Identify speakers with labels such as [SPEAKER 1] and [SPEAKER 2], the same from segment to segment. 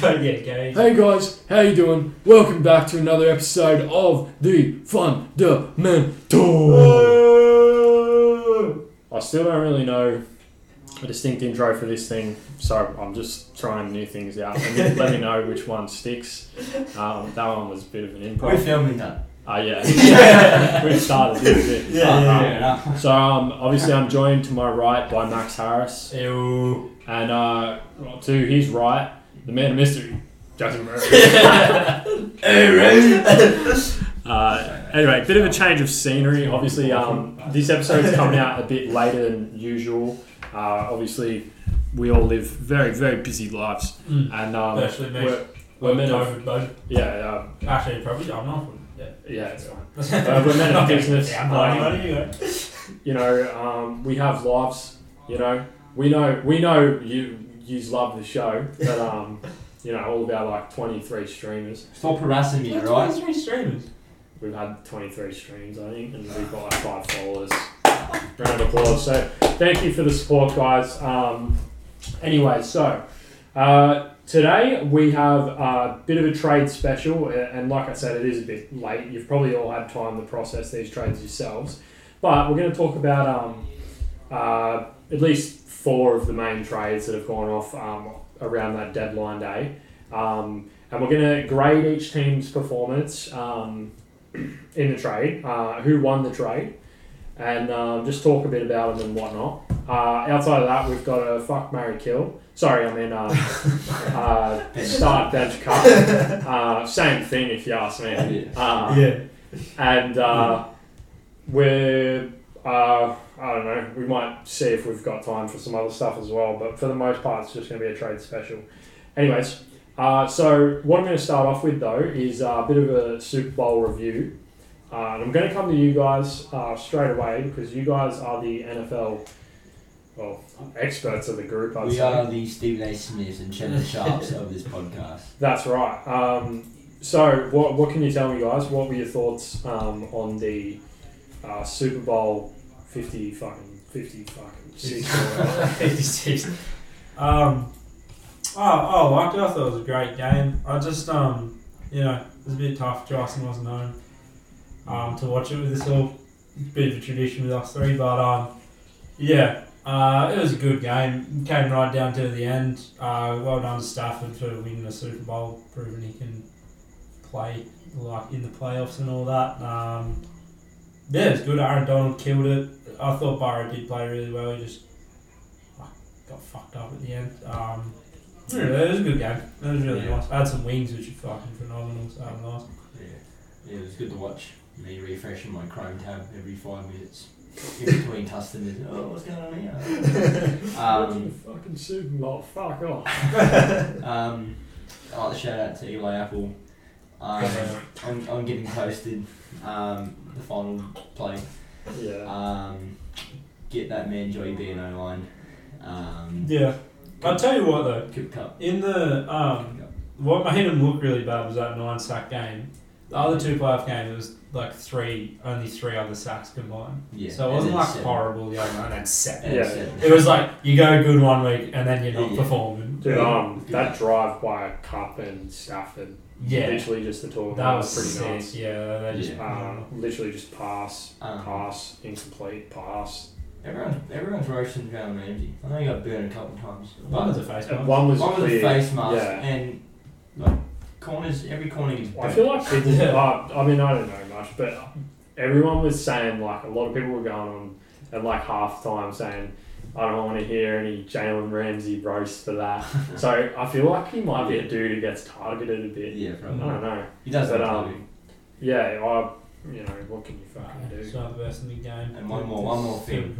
[SPEAKER 1] Go get Gary.
[SPEAKER 2] Hey guys, how you doing? Welcome back to another episode of the Fundamental. I still don't really know a distinct intro for this thing, so I'm just trying new things out. Let me, let me know which one sticks. Um, that one was a bit of an
[SPEAKER 3] We're
[SPEAKER 2] improv.
[SPEAKER 3] filming that.
[SPEAKER 2] Ah, yeah, we started. This is it.
[SPEAKER 1] Yeah, yeah, yeah.
[SPEAKER 3] enough.
[SPEAKER 2] So um, obviously, I'm joined to my right by Max Harris,
[SPEAKER 1] Ew.
[SPEAKER 2] and uh, to his right, the man of mystery, Justin Murray. Uh, anyway, bit of a change of scenery. Obviously, um, this episode's coming out a bit later than usual. Uh, obviously, we all live very, very busy lives,
[SPEAKER 1] Mm.
[SPEAKER 2] and um,
[SPEAKER 1] Especially me.
[SPEAKER 2] we're, we're meant of
[SPEAKER 1] No, but
[SPEAKER 2] yeah, um,
[SPEAKER 1] actually, probably I'm not. Yeah.
[SPEAKER 2] yeah, it's fine. Uh, we're men of business.
[SPEAKER 1] Yeah, I'm
[SPEAKER 2] um,
[SPEAKER 1] lying. you go.
[SPEAKER 2] you know, um, we have lives. You know, we know we know you you love the show, but um, you know, all of our like twenty three streamers.
[SPEAKER 3] Stop harassing me,
[SPEAKER 1] That's
[SPEAKER 3] right?
[SPEAKER 1] why three streamers.
[SPEAKER 2] We've had 23 streams, I think, and we've got like five followers. Round of applause. So, thank you for the support, guys. Um, anyway, so uh, today we have a bit of a trade special, a- and like I said, it is a bit late. You've probably all had time to process these trades yourselves, but we're going to talk about um, uh, at least four of the main trades that have gone off um, around that deadline day. Um, and we're going to grade each team's performance. Um, in the trade, uh, who won the trade, and um, just talk a bit about them and whatnot. Uh, outside of that, we've got a fuck, marry, kill. Sorry, I mean um, uh, start, bench, cut. Uh, same thing if you ask me. Uh,
[SPEAKER 1] yeah.
[SPEAKER 2] and uh, we're uh, I don't know. We might see if we've got time for some other stuff as well. But for the most part, it's just going to be a trade special. Anyways, uh, so what I'm going to start off with though is uh, a bit of a Super Bowl review. Uh, and I'm going to come to you guys uh, straight away because you guys are the NFL well experts of the group. I'd
[SPEAKER 3] We
[SPEAKER 2] say.
[SPEAKER 3] are the Stephen A. Smiths and Chandler Sharps of this podcast.
[SPEAKER 2] That's right. Um, so, what, what can you tell me, guys? What were your thoughts um, on the uh, Super Bowl 50 fucking 50 fucking six? or whatever?
[SPEAKER 1] 56. Um, oh, I liked it. I thought it was a great game. I just, um, you know, it was a bit tough. Justin wasn't home um, to watch it with us all. Bit of a tradition with us three, but um, yeah, uh, it was a good game. Came right down to the end. Uh, well done to Stafford for winning the Super Bowl, proving he can play like in the playoffs and all that. Um, yeah, it was good. Aaron Donald killed it. I thought Burrow did play really well. He just got fucked up at the end. Um, yeah, it was a good game. It was really
[SPEAKER 3] Yeah.
[SPEAKER 1] nice. I had some wings, which were fucking phenomenal. So that was
[SPEAKER 3] Yeah. yeah, it was good to watch. Me refreshing my Chrome tab every five minutes. In between Tustin is, oh, what's going on here?
[SPEAKER 2] Bloody
[SPEAKER 3] um,
[SPEAKER 2] fucking Super Bowl, fuck off.
[SPEAKER 3] um, I like the shout out to Eli Apple. Um, I'm, I'm getting toasted. Um, the final play.
[SPEAKER 2] Yeah.
[SPEAKER 3] Um, get that man Joey B in O line. Um,
[SPEAKER 1] nice. Yeah, I'll tell you what though.
[SPEAKER 3] Cup Cup.
[SPEAKER 1] In the um, what made him look really bad was that nine sack game. The other two playoff games it was like three, only three other sacks combined.
[SPEAKER 3] Yeah.
[SPEAKER 1] So it wasn't
[SPEAKER 3] and
[SPEAKER 1] like
[SPEAKER 3] then seven.
[SPEAKER 1] horrible the other night. And seven.
[SPEAKER 3] And then
[SPEAKER 2] Yeah.
[SPEAKER 3] seven.
[SPEAKER 1] It was like you go good one week and then you're not
[SPEAKER 3] Yeah.
[SPEAKER 1] performing.
[SPEAKER 2] Dude, um, that drive by Cup and Stafford,
[SPEAKER 1] Yeah,
[SPEAKER 2] literally just the two of them,
[SPEAKER 1] that was
[SPEAKER 2] pretty
[SPEAKER 1] sick.
[SPEAKER 2] nice.
[SPEAKER 1] Yeah, they just
[SPEAKER 2] Uh, literally just pass,
[SPEAKER 3] Um,
[SPEAKER 2] pass, incomplete, pass.
[SPEAKER 3] Everyone, everyone's roasting Jalen Ramsey. I know he got burned a couple of times. But
[SPEAKER 1] One was a face
[SPEAKER 2] And
[SPEAKER 1] mask.
[SPEAKER 2] One was
[SPEAKER 3] one with
[SPEAKER 2] clear.
[SPEAKER 3] a face mask
[SPEAKER 2] Yeah.
[SPEAKER 3] and like corners, every corner gets
[SPEAKER 2] I
[SPEAKER 3] burnt.
[SPEAKER 2] feel like people.
[SPEAKER 1] Yeah.
[SPEAKER 2] Uh, I mean, I don't know much, but everyone was saying like a lot of people were going on at like half time saying, "I don't want to hear any Jalen Ramsey roast for that." so I feel like he might be a dude who gets targeted a bit.
[SPEAKER 3] yeah,
[SPEAKER 2] I
[SPEAKER 3] from
[SPEAKER 2] don't know.
[SPEAKER 3] he does
[SPEAKER 2] But,
[SPEAKER 3] that
[SPEAKER 2] um,
[SPEAKER 3] too.
[SPEAKER 2] Yeah, I. You know what can you fucking
[SPEAKER 1] It's
[SPEAKER 2] do?
[SPEAKER 1] not the best in the game.
[SPEAKER 3] And one more- one more thing.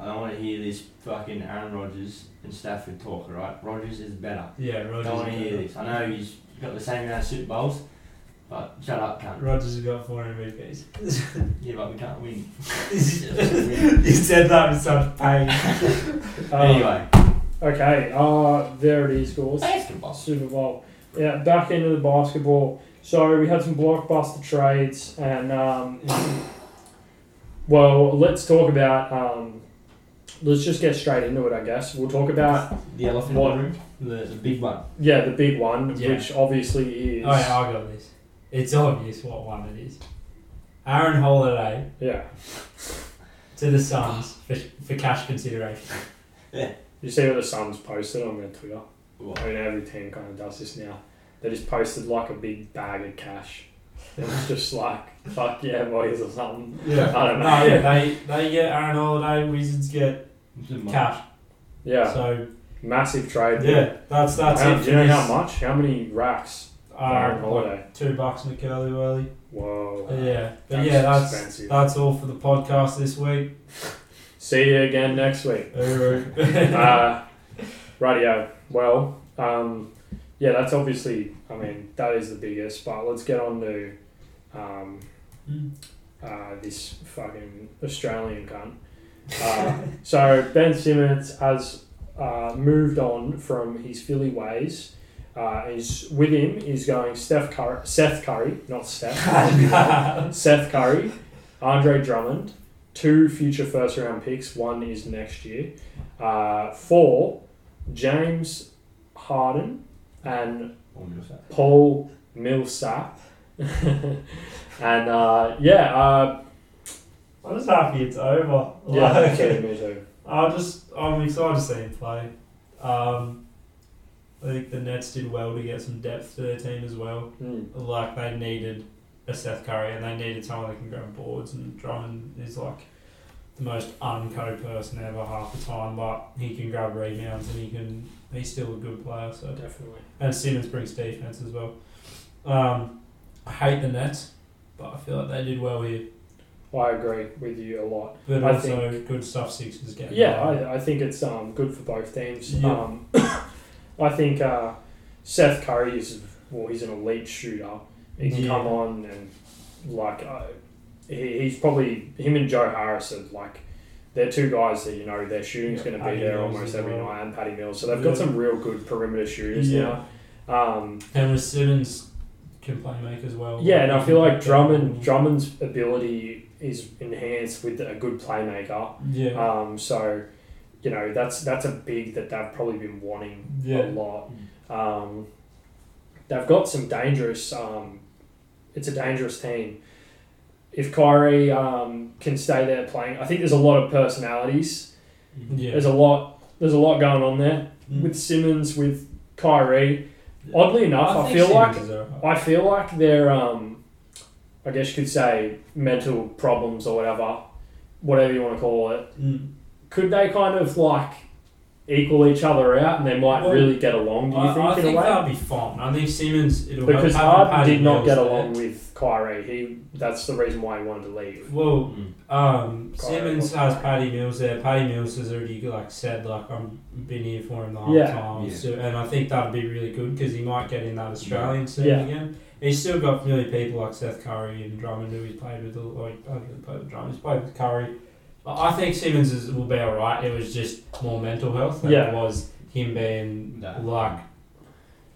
[SPEAKER 3] I don't want to hear this fucking Aaron Rodgers and Stafford talk. Alright, Rodgers is better.
[SPEAKER 1] Yeah,
[SPEAKER 3] I
[SPEAKER 1] Rogers.
[SPEAKER 3] don't want to hear this. I know he's got the same amount of Super Bowls, but shut up, cunt.
[SPEAKER 1] Rogers has got four MVPs.
[SPEAKER 3] Yeah, but we can't win.
[SPEAKER 1] he said that with such pain.
[SPEAKER 2] Uh,
[SPEAKER 3] anyway,
[SPEAKER 2] Okay. Uh, there it is, guys.
[SPEAKER 3] basketball.
[SPEAKER 2] Super Bowl. Yeah, back into the basketball. So we had some blockbuster trades, and um, well, let's talk about um, let's just get straight into it, I guess. We'll talk about,
[SPEAKER 3] The elephant
[SPEAKER 2] What?
[SPEAKER 3] in the room, the, the big one.
[SPEAKER 2] yeah, the big one,
[SPEAKER 1] Yeah.
[SPEAKER 2] which obviously is.
[SPEAKER 1] Oh yeah, I got this. It's obvious what one it is. Aaron Holiday
[SPEAKER 2] Yeah.
[SPEAKER 1] to the Suns for, for cash consideration.
[SPEAKER 2] You see what the Suns posted on their Twitter?
[SPEAKER 3] What?
[SPEAKER 2] I mean, every team kind of does this now. They just posted like a big bag of cash. It was just like, fuck yeah, boys, or something.
[SPEAKER 1] Yeah.
[SPEAKER 2] I don't know.
[SPEAKER 1] No, yeah, they they get Aaron Holiday, Wizards get
[SPEAKER 3] The mo-
[SPEAKER 1] cash.
[SPEAKER 2] Yeah,
[SPEAKER 1] So
[SPEAKER 2] massive trade. there.
[SPEAKER 1] yeah, that's that's
[SPEAKER 2] How-
[SPEAKER 1] it.
[SPEAKER 2] Do you know
[SPEAKER 1] for
[SPEAKER 2] how
[SPEAKER 1] this.
[SPEAKER 2] much? How many racks?
[SPEAKER 1] Uh,
[SPEAKER 2] Aaron Holiday.
[SPEAKER 1] two bucks McCurley early.
[SPEAKER 2] Whoa.
[SPEAKER 1] Yeah, but yeah, that's
[SPEAKER 2] expensive.
[SPEAKER 1] that's all for the podcast this week.
[SPEAKER 2] See you again next week. uh, rightio. Well, um, yeah, that's obviously. I mean, that is the biggest. But let's get on to um,
[SPEAKER 1] Mm.
[SPEAKER 2] uh, this fucking Australian cunt. Uh, so Ben Simmons has uh, moved on from his Philly ways. Uh, is with him is going Steph Curry, Seth Curry, not Steph. Seth Curry, Andre Drummond, two future first round picks. One is next year. Uh, four, James Harden and
[SPEAKER 3] Oh, Millsap.
[SPEAKER 2] Paul Millsap. and uh, yeah, uh,
[SPEAKER 1] I'm just happy it's over.
[SPEAKER 2] yeah,
[SPEAKER 1] Like,
[SPEAKER 2] that's what me too.
[SPEAKER 1] I Uh, just um, I'm excited to see him play. Um, I think the Nets did well to get some depth to their team as well.
[SPEAKER 2] Mm.
[SPEAKER 1] Like they needed a Seth Curry and they needed someone that can grab boards and Drummond is like the most unco person ever half the time, but he can grab rebounds and he can he's still a good player, so
[SPEAKER 2] Definitely.
[SPEAKER 1] and Simmons brings defense as well. Um, I hate the Nets, but I feel like they did well here.
[SPEAKER 2] I agree with you a lot.
[SPEAKER 1] But
[SPEAKER 2] I
[SPEAKER 1] also good stuff Sixers getting.
[SPEAKER 2] Yeah, I, I think it's um, good for both teams.
[SPEAKER 1] Yeah.
[SPEAKER 2] Um, I think uh, Seth Curry is well, he's an elite shooter. He can
[SPEAKER 1] Yeah.
[SPEAKER 2] come on and like uh, he, he's probably him and Joe Harris are like they're two guys that you know their shooting's
[SPEAKER 1] Yeah,
[SPEAKER 2] going to be
[SPEAKER 1] Patty
[SPEAKER 2] there
[SPEAKER 1] Mills
[SPEAKER 2] almost
[SPEAKER 1] as
[SPEAKER 2] every
[SPEAKER 1] well.
[SPEAKER 2] night, and Patty Mills. So they've got
[SPEAKER 1] Yeah.
[SPEAKER 2] some real good perimeter shooters
[SPEAKER 1] Yeah.
[SPEAKER 2] now. Um,
[SPEAKER 1] and with Simmons can play make as Oh, well.
[SPEAKER 2] yeah, and I feel like Drummond Drummond's ability is enhanced with a good playmaker.
[SPEAKER 1] Yeah,
[SPEAKER 2] Um, so, you know, that's that's a big that they've probably been wanting
[SPEAKER 1] Yeah.
[SPEAKER 2] a lot. Um, they've got some dangerous. Um, it's a dangerous team. If Kyrie um, can stay there playing, I think there's a lot of personalities.
[SPEAKER 1] yeah.
[SPEAKER 2] There's a lot. There's a lot going on there
[SPEAKER 1] Mm.
[SPEAKER 2] with Simmons with Kyrie.
[SPEAKER 3] Yeah.
[SPEAKER 2] Oddly enough, I,
[SPEAKER 1] think
[SPEAKER 2] feel like
[SPEAKER 1] Simmons is alright.
[SPEAKER 2] I feel like their, um, I guess you could say, mental problems or whatever, whatever you want to call it
[SPEAKER 1] Mm.
[SPEAKER 2] could they kind of like equal each other out and they might
[SPEAKER 1] Well,
[SPEAKER 2] really get along, do you
[SPEAKER 1] I,
[SPEAKER 2] think,
[SPEAKER 1] I
[SPEAKER 2] in
[SPEAKER 1] think um,
[SPEAKER 2] a way?
[SPEAKER 1] that'd be fine. I think Simmons it'll help
[SPEAKER 2] Because
[SPEAKER 1] having
[SPEAKER 2] Harden
[SPEAKER 1] Patty
[SPEAKER 2] did not
[SPEAKER 1] Mills
[SPEAKER 2] get
[SPEAKER 1] there.
[SPEAKER 2] along with Kyrie. He that's the reason why he wanted to leave.
[SPEAKER 1] Well,
[SPEAKER 3] Mm.
[SPEAKER 1] Um,
[SPEAKER 2] Guy
[SPEAKER 1] Simmons
[SPEAKER 2] or-
[SPEAKER 1] has Paddy Mills there. Paddy Mills has already like said like I'm been here for him the whole
[SPEAKER 2] Yeah.
[SPEAKER 1] time,
[SPEAKER 3] Yeah.
[SPEAKER 1] so, and I think that'd be really good because he might get in that Australian scene
[SPEAKER 2] Yeah.
[SPEAKER 1] again. He's still got familiar people like Seth Curry and Drummond who he's played with. Or he played with played with Drummond, he's played with Curry. But I think Simmons is, will be all right. It was just more mental health than
[SPEAKER 2] Yeah.
[SPEAKER 1] it was him being
[SPEAKER 3] That.
[SPEAKER 1] like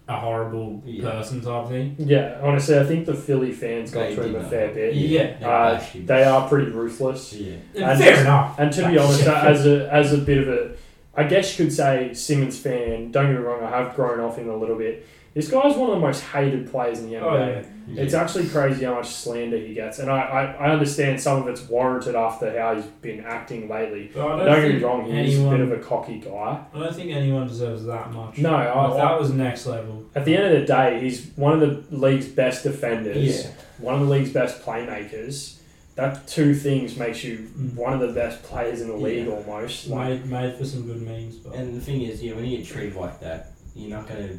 [SPEAKER 1] a horrible
[SPEAKER 3] Yeah.
[SPEAKER 1] person type thing.
[SPEAKER 2] Yeah, honestly I think the Philly fans got
[SPEAKER 3] They
[SPEAKER 2] to him
[SPEAKER 3] did
[SPEAKER 2] a
[SPEAKER 3] not.
[SPEAKER 2] fair bit.
[SPEAKER 1] Yeah.
[SPEAKER 3] They
[SPEAKER 2] Uh,
[SPEAKER 3] bashed him.
[SPEAKER 2] they are pretty ruthless.
[SPEAKER 3] Yeah.
[SPEAKER 2] And-
[SPEAKER 1] Fair enough.
[SPEAKER 2] And to be honest, uh, as a as a bit of a, I guess you could say Simmons fan. Don't get me wrong, I have grown off him a little bit. This guy's one of the most hated players in the NBA.
[SPEAKER 1] Oh, yeah.
[SPEAKER 3] Yeah.
[SPEAKER 2] It's actually crazy how much slander he gets, and I, I, I understand some of it's warranted after how he's been acting lately.
[SPEAKER 1] But I don't,
[SPEAKER 2] Don't get me
[SPEAKER 1] think
[SPEAKER 2] wrong, he's a
[SPEAKER 1] anyone
[SPEAKER 2] bit of a cocky guy.
[SPEAKER 1] I don't think anyone deserves that much.
[SPEAKER 2] No,
[SPEAKER 1] Like,
[SPEAKER 2] I,
[SPEAKER 1] that was next level.
[SPEAKER 2] at the end of the day, he's one of the league's best defenders,
[SPEAKER 3] Yeah.
[SPEAKER 2] one of the league's best playmakers. That two things makes you one of the best players in the league
[SPEAKER 3] Yeah.
[SPEAKER 2] almost. Like,
[SPEAKER 1] Made, made for some good memes, but
[SPEAKER 3] And the thing is, yeah, when you get treated like that, you're not going to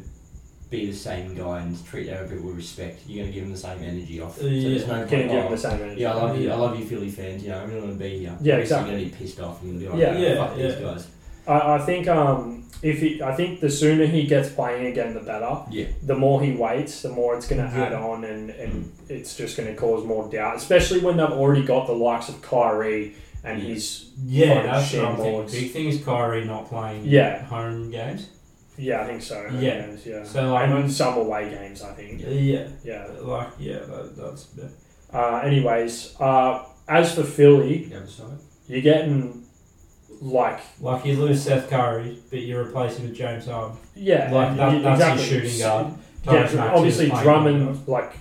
[SPEAKER 3] be the same guy and treat other people with respect. You're going to give them the same energy off.
[SPEAKER 1] Uh,
[SPEAKER 3] so there's
[SPEAKER 1] yeah.
[SPEAKER 3] no
[SPEAKER 2] can you
[SPEAKER 3] point,
[SPEAKER 2] give him
[SPEAKER 3] "Oh,
[SPEAKER 2] the same energy?
[SPEAKER 3] Yeah, I love you. I love you, Philly fans. You know, I really want to be here.
[SPEAKER 2] Yeah,
[SPEAKER 3] Obviously,
[SPEAKER 2] exactly.
[SPEAKER 3] You're gonna be pissed off and be like,
[SPEAKER 2] Yeah.
[SPEAKER 1] Yeah,
[SPEAKER 3] fuck these
[SPEAKER 1] yeah.
[SPEAKER 3] guys.
[SPEAKER 2] I, I think um, if he, I think the sooner he gets playing again, the better.
[SPEAKER 3] Yeah.
[SPEAKER 2] the more he waits, the more it's going to
[SPEAKER 1] Yeah.
[SPEAKER 2] add on, and, and it's just going to cause more doubt, especially when they've already got the likes of Kyrie and
[SPEAKER 3] Yeah.
[SPEAKER 2] he's
[SPEAKER 1] yeah,
[SPEAKER 2] Fucking
[SPEAKER 1] that's what I'm thinking.
[SPEAKER 2] shambles.
[SPEAKER 1] Big thing is Kyrie not playing
[SPEAKER 2] yeah,
[SPEAKER 1] home games.
[SPEAKER 2] yeah, I think so.
[SPEAKER 1] Yeah.
[SPEAKER 2] yeah.
[SPEAKER 1] So like,
[SPEAKER 2] And some away games, I think.
[SPEAKER 1] yeah, yeah,
[SPEAKER 2] Yeah.
[SPEAKER 1] like yeah, that, that's bit.
[SPEAKER 2] Uh, anyways, uh, as for Philly,
[SPEAKER 3] The other side.
[SPEAKER 2] you're getting like
[SPEAKER 1] Like you lose Seth Curry, but you replace him with James Harden.
[SPEAKER 2] yeah,
[SPEAKER 1] Like, that-
[SPEAKER 2] e-
[SPEAKER 1] that's his
[SPEAKER 2] exactly.
[SPEAKER 1] shooting guard.
[SPEAKER 2] Yeah,
[SPEAKER 1] Tyrese Maxey
[SPEAKER 2] obviously
[SPEAKER 1] is playing well.
[SPEAKER 2] Drummond, like,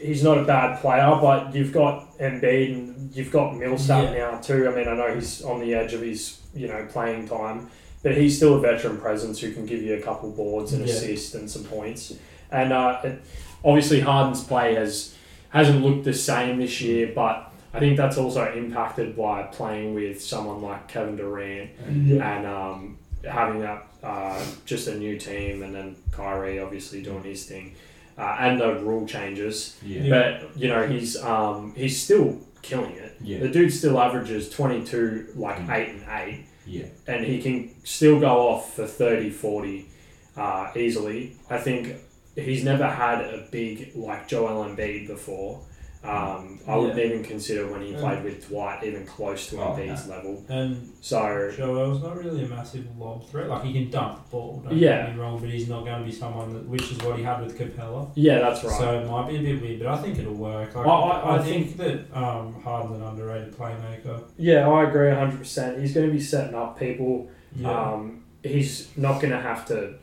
[SPEAKER 2] he's not a bad player, but you've got Embiid and you've got Millsap now too. I mean, I know he's on the edge of his, you know, playing time, but he's still a veteran presence who can give you a couple boards and
[SPEAKER 1] Yeah.
[SPEAKER 2] assists and some points. And uh, it, obviously Harden's play has hasn't looked the same this year, but I think that's also impacted by playing with someone like Kevin Durant and um, having that uh, just a new team, and then Kyrie obviously doing his thing, uh, and the rule changes.
[SPEAKER 3] Yeah.
[SPEAKER 2] But you know he's um, he's still killing it.
[SPEAKER 3] Yeah.
[SPEAKER 2] The dude still averages twenty two, like
[SPEAKER 3] Mm.
[SPEAKER 2] eight and eight,
[SPEAKER 3] Yeah.
[SPEAKER 2] and he can still go off for 30, 40 uh, easily. I think he's never had a big like Joel Embiid before. Um, I wouldn't even consider when he
[SPEAKER 1] Mm.
[SPEAKER 2] played with Dwight even close to
[SPEAKER 3] Oh,
[SPEAKER 2] Embiid's level.
[SPEAKER 1] And
[SPEAKER 2] So
[SPEAKER 1] Joel's not really a massive lob threat. Like he can dump the ball. Don't
[SPEAKER 2] Yeah.
[SPEAKER 1] Get me wrong, but he's not going to be someone that, which is what he had with Capella.
[SPEAKER 2] yeah, that's right.
[SPEAKER 1] So it might be a bit weird, but I think it'll work. Like,
[SPEAKER 2] I- I- I
[SPEAKER 1] think, that um, Harden's an underrated playmaker.
[SPEAKER 2] Yeah, I agree 100%. He's going to be setting up people.
[SPEAKER 1] Yeah.
[SPEAKER 2] Um, he's not going to have to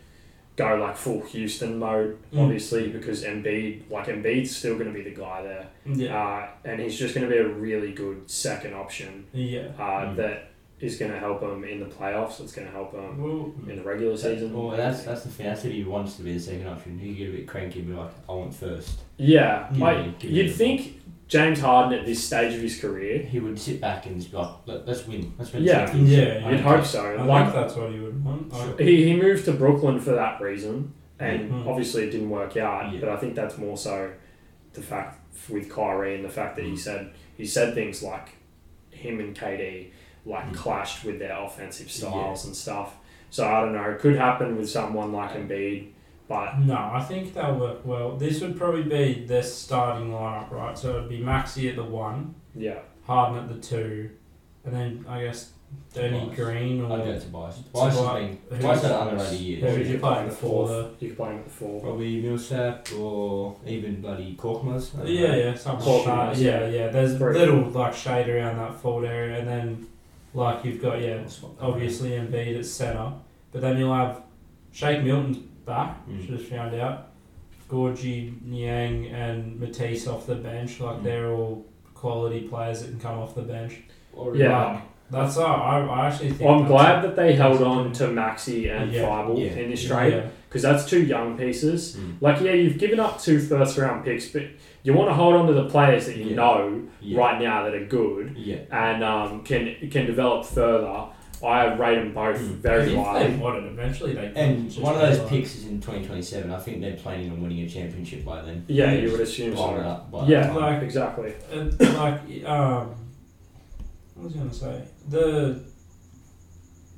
[SPEAKER 2] go like full Houston mode,
[SPEAKER 1] Mm.
[SPEAKER 2] obviously, because Embiid, like Embiid's still going to be the guy there.
[SPEAKER 1] yeah.
[SPEAKER 2] Uh, and he's just going to be a really good second option
[SPEAKER 1] Yeah.
[SPEAKER 2] uh,
[SPEAKER 3] Mm.
[SPEAKER 2] that is going to help him in the playoffs. It's going to help him
[SPEAKER 1] Well,
[SPEAKER 2] in the regular season.
[SPEAKER 3] Well, that's that's the thing. That's if he wants to be the second option. He get a bit cranky and be like, "I want first.
[SPEAKER 2] yeah.
[SPEAKER 3] Give
[SPEAKER 2] like,
[SPEAKER 3] me- give me
[SPEAKER 2] you'd
[SPEAKER 3] the
[SPEAKER 2] think James Harden at this stage of his career,
[SPEAKER 3] He would sit back and just be like, Let, "Let's win. Let's win."
[SPEAKER 2] Yeah.
[SPEAKER 3] champions."
[SPEAKER 1] Yeah,
[SPEAKER 3] I
[SPEAKER 2] you'd
[SPEAKER 1] yeah.
[SPEAKER 3] don't
[SPEAKER 2] hope
[SPEAKER 3] care.
[SPEAKER 2] so.
[SPEAKER 1] I
[SPEAKER 2] Like,
[SPEAKER 1] think that's what he would want. I,
[SPEAKER 2] He, he moved to Brooklyn for that reason, and
[SPEAKER 1] Mhm.
[SPEAKER 2] obviously it didn't work out.
[SPEAKER 3] Yeah.
[SPEAKER 2] But I think that's more so the fact with Kyrie and the fact that
[SPEAKER 1] Mm.
[SPEAKER 2] he said he said things like him and KD like
[SPEAKER 1] Mm.
[SPEAKER 3] Mhm.
[SPEAKER 2] clashed with their offensive styles and stuff. So I don't know. It could happen with someone like Embiid, but
[SPEAKER 1] no, I think they'll work well. This would probably be their starting lineup, right? So it'd be Maxi at the one,
[SPEAKER 2] yeah,
[SPEAKER 1] Harden at the two, and then I guess Danny
[SPEAKER 3] Tobias.
[SPEAKER 1] Green or
[SPEAKER 3] I'd go Tobias. Tobias has
[SPEAKER 1] Tobias-
[SPEAKER 3] been
[SPEAKER 1] who-
[SPEAKER 3] Tobias had an underrated
[SPEAKER 1] Who
[SPEAKER 3] year.
[SPEAKER 1] would you play in the four? though?
[SPEAKER 2] you could play him at the four.
[SPEAKER 3] Probably Millsap or even bloody Korkmaz. I don't
[SPEAKER 1] Yeah,
[SPEAKER 3] know.
[SPEAKER 1] yeah, something
[SPEAKER 2] Paul
[SPEAKER 1] like that.
[SPEAKER 2] Millsap.
[SPEAKER 1] Yeah, yeah. There's a
[SPEAKER 2] Three.
[SPEAKER 1] little like shade around that forward area, and then like you've got yeah,
[SPEAKER 3] I'll swap that
[SPEAKER 1] obviously Embiid at centre, but then you'll have Shake Milton back,
[SPEAKER 3] Mm.
[SPEAKER 1] just found out. Gorgie, Niang, and Matisse off the bench, like
[SPEAKER 3] Mm.
[SPEAKER 1] they're all quality players that can come off the bench.
[SPEAKER 3] around. Or
[SPEAKER 2] Yeah.
[SPEAKER 1] Like, that's all. I, I actually think.
[SPEAKER 2] I'm
[SPEAKER 1] that's
[SPEAKER 2] glad that they held
[SPEAKER 1] that's
[SPEAKER 2] on
[SPEAKER 1] good.
[SPEAKER 2] to Maxi and
[SPEAKER 1] Yeah.
[SPEAKER 2] Fible
[SPEAKER 3] Yeah.
[SPEAKER 2] in this
[SPEAKER 1] Yeah.
[SPEAKER 2] trade because that's two young pieces.
[SPEAKER 3] Mm.
[SPEAKER 2] Like, yeah, you've given up two first round picks, but you want to hold on to the players that you
[SPEAKER 3] Yeah.
[SPEAKER 2] know
[SPEAKER 3] Yeah.
[SPEAKER 2] right now that are good
[SPEAKER 3] Yeah.
[SPEAKER 2] and um, can can develop further. I rate them both
[SPEAKER 3] Mm.
[SPEAKER 2] very
[SPEAKER 1] If they
[SPEAKER 2] highly.
[SPEAKER 1] wanted, eventually they. could
[SPEAKER 3] And
[SPEAKER 1] just
[SPEAKER 3] one of those
[SPEAKER 1] like-
[SPEAKER 3] picks is in 2027. I think they're planning on winning a championship by then.
[SPEAKER 2] Yeah, you
[SPEAKER 3] Just
[SPEAKER 2] would assume
[SPEAKER 3] blow it
[SPEAKER 2] so.
[SPEAKER 3] up by that
[SPEAKER 2] Yeah,
[SPEAKER 3] time.
[SPEAKER 1] Like-
[SPEAKER 2] exactly.
[SPEAKER 1] And like um, what was I gonna say? The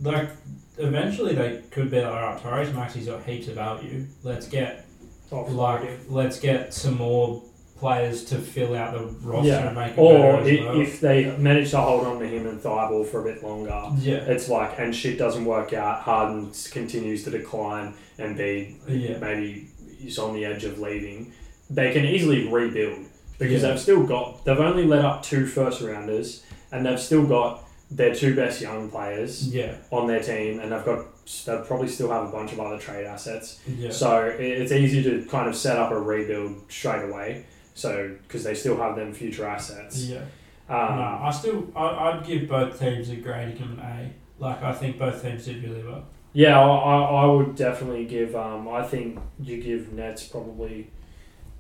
[SPEAKER 1] like eventually they could be like, alright, Tyrese Maxey's got heaps of value. Let's get
[SPEAKER 2] Oh,
[SPEAKER 1] like let's get some more players to fill out the roster
[SPEAKER 2] Yeah.
[SPEAKER 1] and make it
[SPEAKER 2] Or i
[SPEAKER 1] better as well.
[SPEAKER 2] if they manage to hold on to him and Thibault for a bit longer,
[SPEAKER 1] yeah,
[SPEAKER 2] it's like, and shit doesn't work out, Harden s- continues to decline and be
[SPEAKER 1] yeah,
[SPEAKER 2] maybe is on the edge of leaving, they can easily rebuild because
[SPEAKER 1] Yeah.
[SPEAKER 2] they've still got they've only let up two first rounders and they've still got their two best young players
[SPEAKER 1] yeah,
[SPEAKER 2] on their team and they've got they'll probably still have a bunch of other trade assets.
[SPEAKER 1] yeah,
[SPEAKER 2] So it- it's easy to kind of set up a rebuild straight away. So because they still have them future assets.
[SPEAKER 1] yeah.
[SPEAKER 2] Um,
[SPEAKER 1] no, I still I, I'd give both teams a grading of an A. Like I think both teams did really well.
[SPEAKER 2] Yeah, I, I I would definitely give. Um, I think you give Nets probably.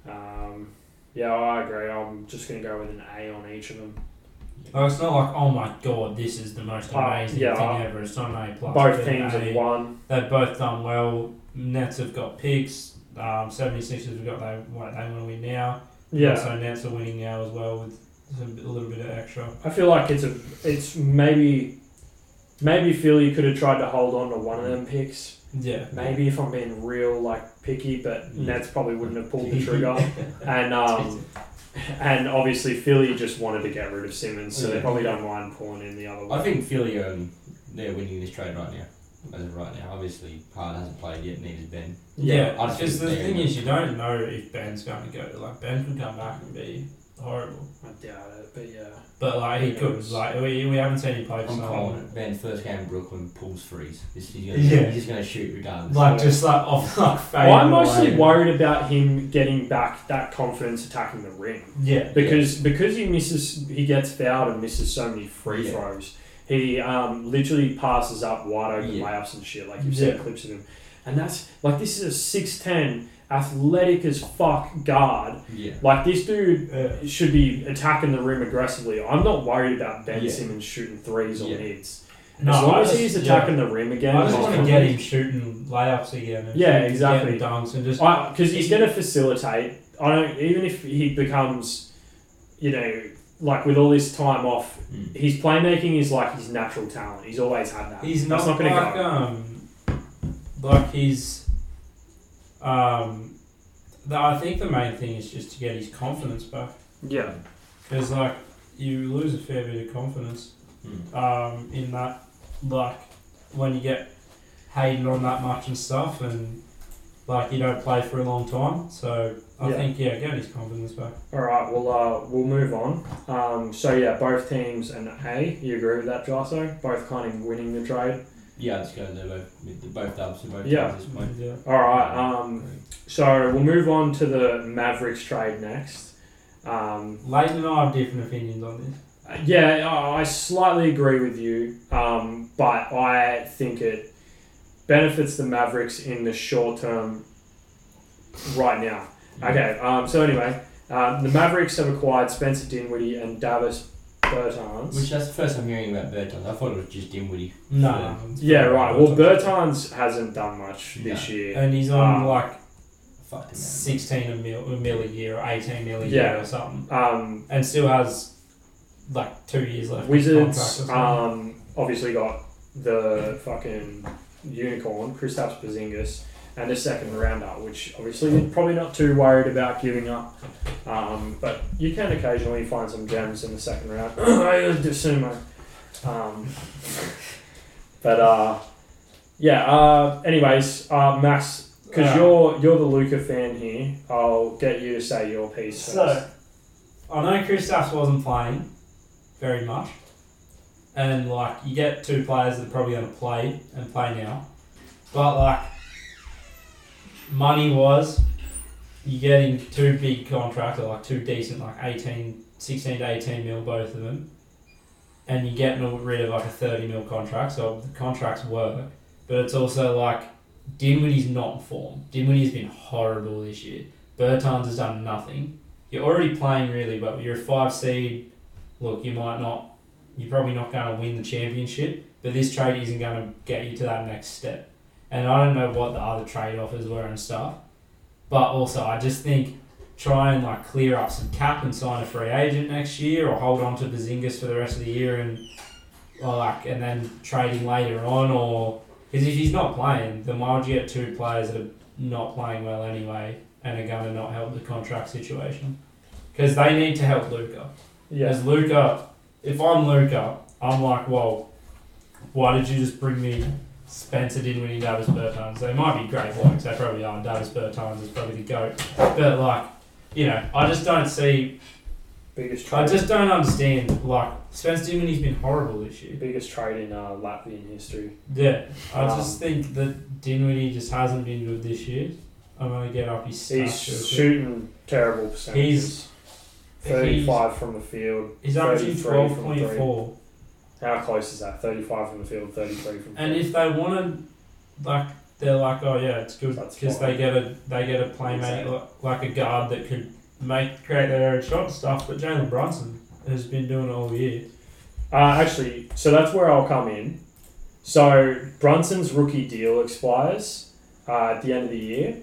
[SPEAKER 2] Um, yeah, I agree. I'm just going to go with an A on each of them.
[SPEAKER 1] Like, it's not like oh my god, this is the most
[SPEAKER 2] Uh,
[SPEAKER 1] amazing
[SPEAKER 2] yeah,
[SPEAKER 1] thing
[SPEAKER 2] uh,
[SPEAKER 1] ever. It's not an A plus.
[SPEAKER 2] Both
[SPEAKER 1] it's an
[SPEAKER 2] teams
[SPEAKER 1] A.
[SPEAKER 2] have won.
[SPEAKER 1] They've both done well. Nets have got picks. Um, 76ers have got they what they want to win now.
[SPEAKER 2] Yeah,
[SPEAKER 1] So Nets are winning now as well with some- a little bit of extra.
[SPEAKER 2] I feel like it's a it's maybe maybe Philly could have tried to hold on to one of them picks.
[SPEAKER 1] Yeah. Mm.
[SPEAKER 2] Maybe if I'm being real like picky, but
[SPEAKER 3] Yeah.
[SPEAKER 2] Nets probably wouldn't have pulled the trigger. and um, and obviously Philly just wanted to get rid of Simmons, so they
[SPEAKER 3] Yeah.
[SPEAKER 2] probably don't mind pulling in the other one.
[SPEAKER 3] I think Philly um, they're winning this trade right now. As of right now, obviously Harden hasn't played yet, neither has Ben.
[SPEAKER 1] Yeah,
[SPEAKER 3] I just
[SPEAKER 1] because the
[SPEAKER 3] think
[SPEAKER 1] thing
[SPEAKER 3] they-
[SPEAKER 1] is, you don't know if Ben's going to go. Like Ben could come back and be horrible.
[SPEAKER 2] I doubt it, but yeah.
[SPEAKER 1] But like he
[SPEAKER 2] Yeah,
[SPEAKER 1] could,
[SPEAKER 2] it's-
[SPEAKER 1] like we, we haven't seen him play for
[SPEAKER 3] I'm
[SPEAKER 1] so long.
[SPEAKER 3] calling Ben's um, first game in Brooklyn pulls threes. He's, he's, gonna,
[SPEAKER 1] Yeah.
[SPEAKER 3] he's just going to shoot regardless.
[SPEAKER 1] Like just like off like fade.
[SPEAKER 2] Well, I'm mostly
[SPEAKER 1] away.
[SPEAKER 2] worried about him getting back that confidence attacking the rim.
[SPEAKER 1] Yeah.
[SPEAKER 2] because because he misses he gets fouled and misses so many free
[SPEAKER 3] Yeah.
[SPEAKER 2] throws he um, literally passes up wide open
[SPEAKER 3] Yeah.
[SPEAKER 2] layups and shit like you've seen
[SPEAKER 1] Yeah.
[SPEAKER 2] clips of him and that's like this is a 6'10 athletic as fuck guard
[SPEAKER 3] yeah.
[SPEAKER 2] like this dude
[SPEAKER 1] Yeah.
[SPEAKER 2] should be attacking the rim aggressively I'm not worried about Ben
[SPEAKER 3] Yeah.
[SPEAKER 2] Simmons shooting threes or
[SPEAKER 3] Yeah.
[SPEAKER 2] mids
[SPEAKER 1] No,
[SPEAKER 2] as long
[SPEAKER 1] I
[SPEAKER 2] as
[SPEAKER 1] just-
[SPEAKER 2] he's
[SPEAKER 1] yeah.
[SPEAKER 2] attacking the rim again
[SPEAKER 1] I just
[SPEAKER 2] he's
[SPEAKER 1] want to
[SPEAKER 2] fine.
[SPEAKER 1] get him shooting layups again. And
[SPEAKER 2] Yeah,
[SPEAKER 1] getting
[SPEAKER 2] exactly.
[SPEAKER 1] Dunks and just
[SPEAKER 2] because he's going to facilitate. I don't even if he becomes, you know, like with all this time off,
[SPEAKER 3] Mm.
[SPEAKER 2] his playmaking is like his natural talent. He's always had that.
[SPEAKER 1] He's
[SPEAKER 2] That's
[SPEAKER 1] not,
[SPEAKER 2] gonna
[SPEAKER 1] like
[SPEAKER 2] go.
[SPEAKER 1] um, like he's um. The, I think the main thing is just to get his confidence back
[SPEAKER 2] Yeah,
[SPEAKER 1] because like you lose a fair bit of confidence
[SPEAKER 3] Mm.
[SPEAKER 1] um in that like when you get hated on that much and stuff and like you don't play for a long time so I
[SPEAKER 2] Yeah.
[SPEAKER 1] think yeah get his confidence back
[SPEAKER 2] All right, well, uh, we'll move on. Um, so yeah, both teams and hey, you agree with that, Jarso? Both kind of winning the trade.
[SPEAKER 3] Yeah, let's go. They're both, they're both dubs. They're both
[SPEAKER 2] Yeah.
[SPEAKER 3] dubs at this point.
[SPEAKER 1] yeah
[SPEAKER 2] All right, um, so we'll move on to the Mavericks trade next. Um,
[SPEAKER 1] Leighton and I have different opinions on this
[SPEAKER 2] Yeah, I I slightly agree with you, um, but I think it benefits the Mavericks in the short term right now.
[SPEAKER 3] Mm-hmm.
[SPEAKER 2] Okay, um, so anyway, um, the Mavericks have acquired Spencer Dinwiddie and Davis Bertans.
[SPEAKER 3] Which that's the first I'm hearing about Bertons. I thought it was just Dinwiddie.
[SPEAKER 1] no
[SPEAKER 2] yeah, right. Well, Bertans hasn't done much this year.
[SPEAKER 1] and he's on
[SPEAKER 2] Um,
[SPEAKER 1] like
[SPEAKER 3] Fucking
[SPEAKER 1] 16
[SPEAKER 3] hell.
[SPEAKER 1] a mil, a mil a year or 18 mil a year
[SPEAKER 2] Yeah.
[SPEAKER 1] or something
[SPEAKER 2] Um,
[SPEAKER 1] and still has like two years left of contract or
[SPEAKER 2] Wizards
[SPEAKER 1] something.
[SPEAKER 2] um, obviously got the fucking unicorn, Kristaps Porzingis, and a second rounder, which obviously you're probably not too worried about giving up. Um, but you can occasionally find some gems in the second round. I used to sumo. Um, but uh, yeah. Uh, anyways, uh, Max, because
[SPEAKER 1] Uh,
[SPEAKER 2] you're you're the Luca fan here, I'll get you to say your piece. first.
[SPEAKER 1] So, I know Kristaps wasn't playing very much, and like you get two players that are probably going to play and play now, but like money was, you're getting two big contracts, or like two decent, like 18, 16 to 18 mil, both of them, and you're getting rid of like a 30 mil contract, so the contracts work, but it's also like Dinwiddie's not in form. Dinwiddie's been horrible this year. Bertans has done nothing you're already playing really, but you're a five seed. Look, you might not, you're probably not going to win the championship, but this trade isn't going to get you to that next step. And I don't know what the other trade offers were and stuff, but also I just think try and like clear up some cap and sign a free agent next year, or hold on to Bazingas for the rest of the year and or like and then trade him later on, or because if he's not playing, then why would you get two players that are not playing well anyway and are going to not help the contract situation? Because they need to help Luca.
[SPEAKER 2] yeah,
[SPEAKER 1] As Luca, if I'm Luca, I'm like, well, why did you just bring me Spencer Dinwiddie and Davis Bertans? They might be great blokes, they probably are. Davis Bertans is probably the goat, but like, you know, I just don't see.
[SPEAKER 2] biggest trade.
[SPEAKER 1] I just don't understand. Like Spencer Dinwiddie's been horrible this year.
[SPEAKER 2] biggest trade in uh, Latvian history.
[SPEAKER 1] Yeah, I
[SPEAKER 2] Um,
[SPEAKER 1] just think that Dinwiddie just hasn't been good this year. I'm gonna get up his stats.
[SPEAKER 2] He's
[SPEAKER 1] real quick.
[SPEAKER 2] shooting terrible percentages.
[SPEAKER 1] He's-
[SPEAKER 2] 35 from the field.
[SPEAKER 1] He's averaging
[SPEAKER 2] 33
[SPEAKER 1] twelve
[SPEAKER 2] from
[SPEAKER 1] point four,
[SPEAKER 2] How close is that? 35 from the field, 33 from
[SPEAKER 1] and
[SPEAKER 2] three.
[SPEAKER 1] if they wanted, like, they're like, oh yeah, it's good
[SPEAKER 2] That's
[SPEAKER 1] because
[SPEAKER 2] fine.
[SPEAKER 1] they get a they get a
[SPEAKER 2] Exactly.
[SPEAKER 1] playmate like, like a guard that could make create their own shot and stuff. But Jalen Brunson has been doing it all year.
[SPEAKER 2] Uh, actually, so that's where I'll come in. So Brunson's rookie deal expires uh, at the end of the year,